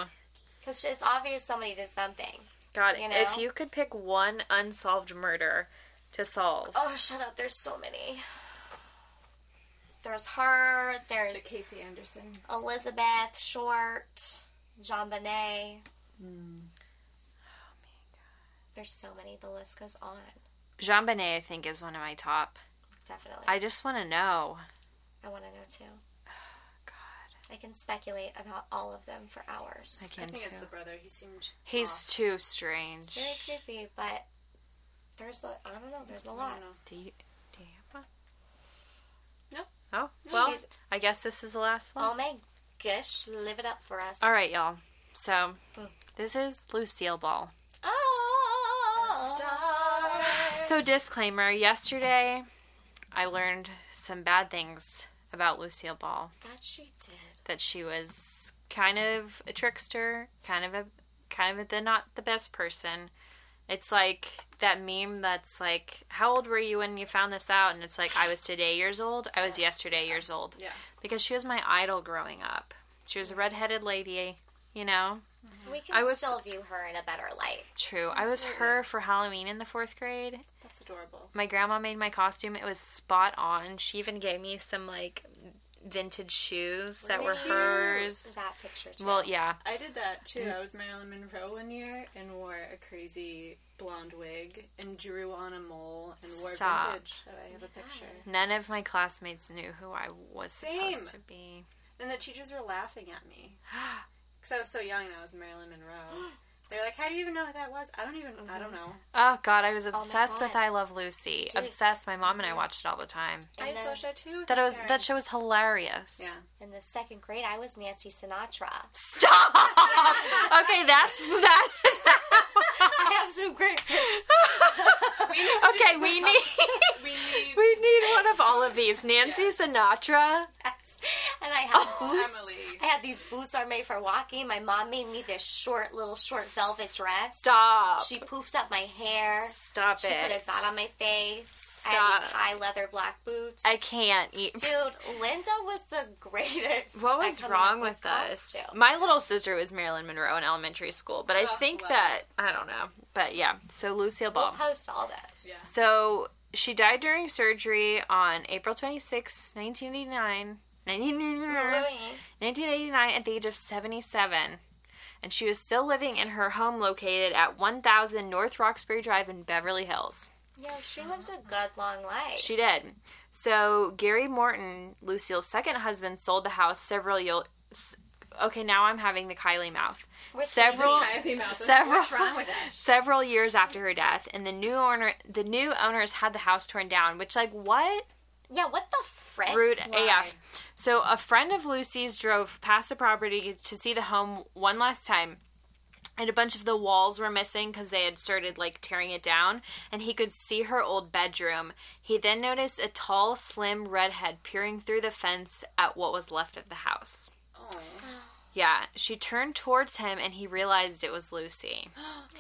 because it's obvious somebody did something. God, You if know? you could pick one unsolved murder to solve. Oh, shut up. There's so many. There's her, The there's Casey Anderson. Elizabeth Short, Jean Bonnet. Hmm. Oh There's so many. The list goes on. Jean Bonnet, I think, is one of my top. Definitely. I, I just want to know. want to know too. God, I can speculate about all of them for hours. I I can think too. it's the brother. He seemed. He's off. too strange. Very creepy, but there's a I don't know, there's a I lot. don't know. Do you, do you have one? No. Oh, well, She's- I guess this is the last one. Oh my gosh, live it up for us. All right, y'all. So, Oh. Mm. this is Lucille Ball. Oh, So, disclaimer yesterday, I learned some bad things about Lucille Ball. that she did. That she was kind of a trickster, kind of a kind of a, the not the best person. It's like that meme that's like, "How old were you when you found this out?" And it's like, "I was today years old. I was yesterday years old." Yeah. Because she was my idol growing up. She was a redheaded lady, you know. We can I was- still view her in a better light. True. I was her for Halloween in the fourth grade. That's adorable. My grandma made my costume. It was spot on. She even gave me some like vintage shoes that were Cute. hers. That picture too. Well, yeah. I did that too. Mm. I was Marilyn Monroe one year and wore a crazy blonde wig and drew on a mole and wore Stop. vintage. Oh, I have a picture. None of my classmates knew who I was supposed to Same. be. And the teachers were laughing at me because I was so young and I was Marilyn Monroe. They're like, "How do you even know who that was?" I don't even. I don't know. Oh god, I was obsessed with God. I Love Lucy. Obsessed. My mom and I watched it all the time. I And saw then- a show too. with That my was that parents. show was hilarious. Yeah. in the second grade, I was Nancy Sinatra. Stop. okay, that's that. I have some great pictures. okay, we need We need. we need one of all of these. Nancy Sinatra. I And I had Oh, boots. Emily. I had these boots are made for walking. My mom made me this short little short velvet dress. Stop. She poofed up my hair. Stop She put a it. dot on my face. I had these Stop. high leather black boots. I can't eat. Dude, Linda was the greatest. What at was coming wrong up with us? costume. My little sister was Marilyn Monroe in elementary school, but I Oh, think wow. that I don't know. But yeah, so Lucille We'll Ball. post all this. Yeah. So she died during surgery on April 26, 1989. 1989 Really? 1989 at the age of 77. And she was still living in her home located at 1000 North Roxbury Drive in Beverly Hills. Yeah, she lived a good long life. She did. So Gary Morton, Lucille's second husband, sold the house several years. Okay, now I'm having the Kylie mouth. We're several sleeping. Kylie Mouth. several- What's wrong with that? several years after her death, and the new owner the new owners had the house torn down. Which like what yeah, what the frick? rude Why? AF. So a friend of Lucy's drove past the property to see the home one last time. And a bunch of the walls were missing because they had started like tearing it down, and he could see her old bedroom. He then noticed a tall, slim redhead peering through the fence at what was left of the house. Oh. Yeah, she turned towards him and he realized it was Lucy.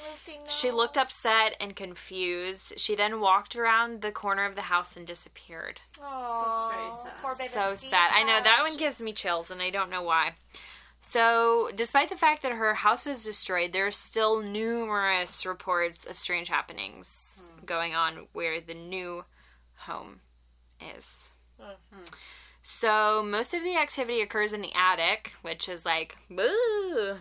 Lucy, no. She looked upset and confused. She then walked around the corner of the house and disappeared. Aww, very sad. Poor baby so sad. I know that Steve. one gives me chills, and I don't know why. So, despite the fact that her house was destroyed, there are still numerous reports of strange happenings going on where the new home is. So, most of the activity occurs in the attic, which is like, boo.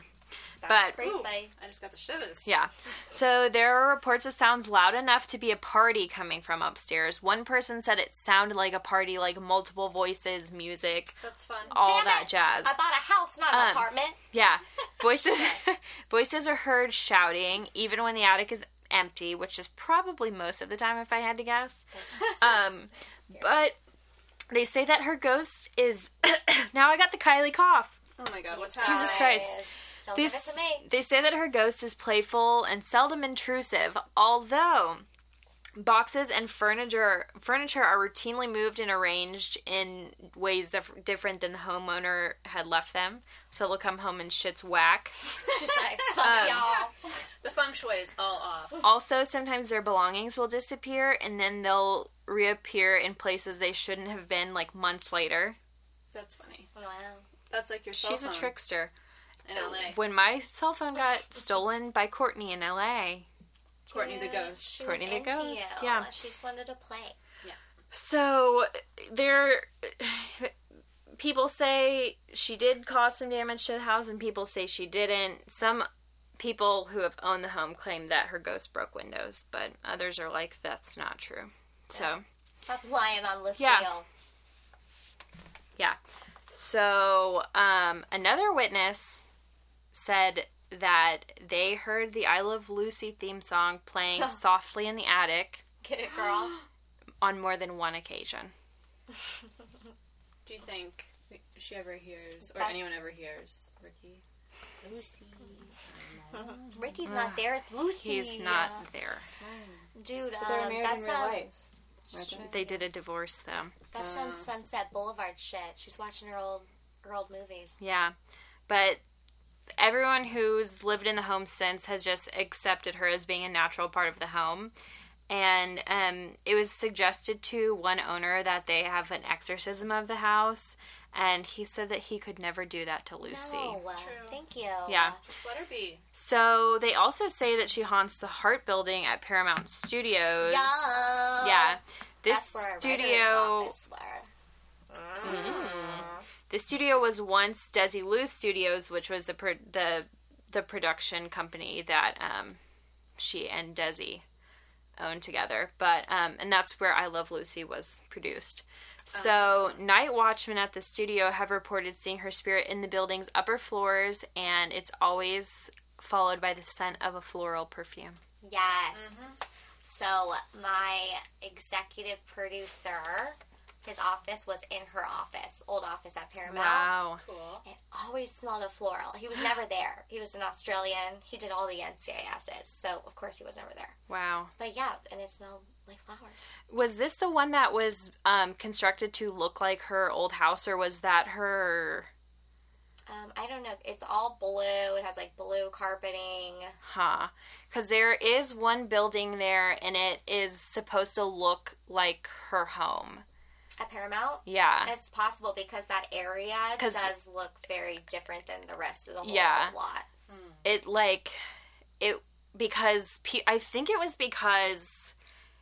That's but- great, Ooh, bye. I just got the shivers. Yeah. So there are reports of sounds loud enough to be a party coming from upstairs. One person said it sounded like a party, like multiple voices, music, That's fun. all Damn that it. jazz. I bought a house, not an Um, apartment. Yeah. Voices voices are heard shouting even when the attic is empty, which is probably most of the time if I had to guess. Um but they say that her ghost is now I got the Kylie cough. Oh my god, what's Jesus happening? Christ. Guys, Don't They, give it to s- me. they say that her ghost is playful and seldom intrusive, although boxes and furniture furniture are routinely moved and arranged in ways that different than the homeowner had left them. So they'll come home and shit's whack. She's like, fuck y'all. The feng shui is all off. Also, sometimes their belongings will disappear and then they'll reappear in places they shouldn't have been like months later. That's funny. Wow. That's like your cell She's a phone trickster. in LA. When my cell phone got stolen by Courtney in LA, Courtney the ghost. She Courtney was the into Ghost, you. yeah. She just wanted to play. So there, people say she did cause some damage to the house, and people say she didn't. Some people who have owned the home claim that her ghost broke windows, but others are like that's not true. So Stop lying on Lucille. Yeah. yeah. So um, another witness said that they heard the "I Love Lucy" theme song playing softly in the attic Get it, girl. on more than one occasion. Do you think she ever hears, or That- anyone ever hears, Ricky? Lucy. Ricky's not there. It's Lucy. He's not there. Dude, um, that's um, They did a divorce though. that's some Sunset Boulevard shit. She's watching her old her old movies. Yeah. But everyone who's lived in the home since has just accepted her as being a natural part of the home. And um, it was suggested to one owner that they have an exorcism of the house. And he said that he could never do that to Lucy. No, uh, True. thank you. Yeah. Just let her be. So they also say that she haunts the Heart Building at Paramount Studios. Yeah. Yeah. This That's where a writer's studio office were. The studio was once Desi Lu Studios, which was the pro- the the production company that um, she and Desi owned together. But um, and that's where I Love Lucy was produced. So night watchmen at the studio have reported seeing her spirit in the building's upper floors, and it's always followed by the scent of a floral perfume. Mm-hmm. Yes. So my executive producer, his office was in her office, old office at Paramount. Wow. Cool. It always smelled of floral. He was never there. He was an Australian. He did all the NCISs, so of course he was never there. Wow. But yeah, and it smelled like flowers. Was this the one that was um, constructed to look like her old house, or was that her? Um, I don't know. It's all blue. It has like blue carpeting. Huh. Because there is one building there, and it is supposed to look like her home. At Paramount, Yeah. it's possible because that area 'Cause- does look very different than the rest of the whole Yeah. lot. it like it because pe- I think it was because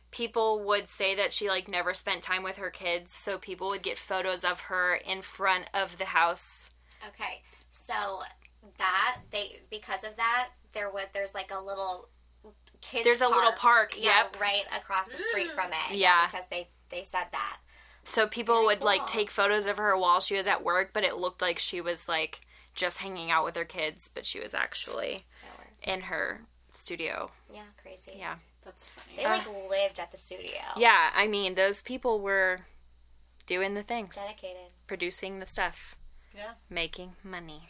people would say that she like never spent time with her kids, so people would get photos of her in front of the house. Okay, so that they because of that there was there's like a little kids There's a little park, yeah, yep. right across the street from it. Yeah. because they they said that. So people Very would like cool. take photos of her while she was at work, but it looked like she was like just hanging out with her kids, but she was actually That were- in her studio. Yeah, crazy. Yeah. Uh, That's funny. they like lived at the studio. Yeah, I mean, those people were doing the things, dedicated. producing the stuff, Yeah. making money.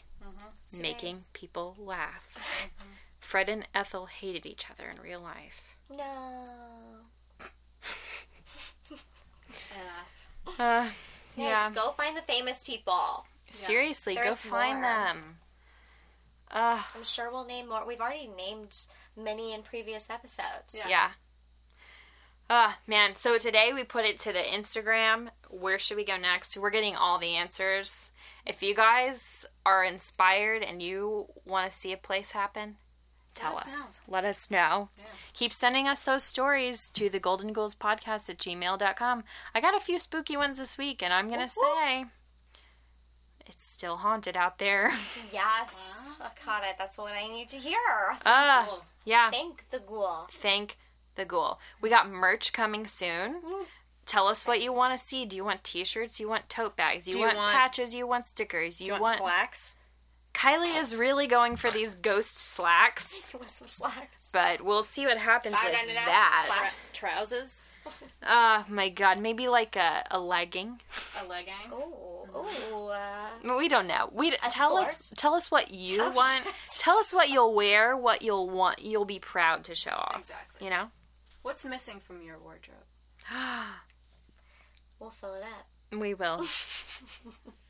Serious. making people laugh. Mm-hmm. Fred and Ethel hated each other in real life. no. Enough. Uh, Yes, yeah. go find the famous people. Seriously, go There's find more. them. Uh, I'm sure we'll name more. We've already named many in previous episodes. yeah. Yeah. Uh, man. So today we put it to the Instagram. Where should we go next? We're getting all the answers. If you guys are inspired and you want to see a place happen, tell us us. Let us know. Yeah. Keep sending us those stories to the golden ghouls podcast at gmail.com. I got a few spooky ones this week, and I'm going to Whoop, whoop. say it's still haunted out there. Yes. I caught it. That's what I need to hear. Uh, Cool. yeah. Thank the ghoul. Thank the ghoul. We got merch coming soon. Woo. Tell us what you want to see. Do you want t shirts? You want tote bags? You, Do you want, want- patches? You want stickers? You, You want, want. slacks? Kylie is really going for these ghost slacks, Give us some slacks. but we'll see what happens with $5.99 that. slacks. Trousers? Oh my god, maybe like a, a legging. A legging? Oh, oh. Uh, We don't know. We A tell us tell us what you Oh, want. shit. Tell us what you'll wear, what you'll want, you'll be proud to show off. Exactly. You know? What's missing from your wardrobe? we'll fill it up. We will.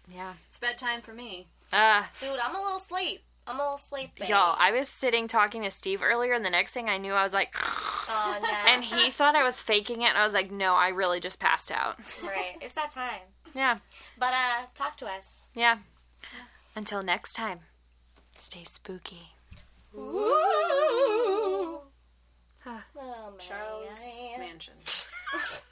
yeah. It's bedtime for me. Uh Dude, I'm a little sleep. I'm a little sleepy. y'all, I was sitting talking to Steve earlier and the next thing I knew I was like Oh, no. and he thought I was faking it and I was like, "No, I really just passed out." right. It's that time. Yeah. But uh, talk to us. Yeah. Until next time. Stay spooky. Ooh. Oh, my Oh, Charles eye. Mansion.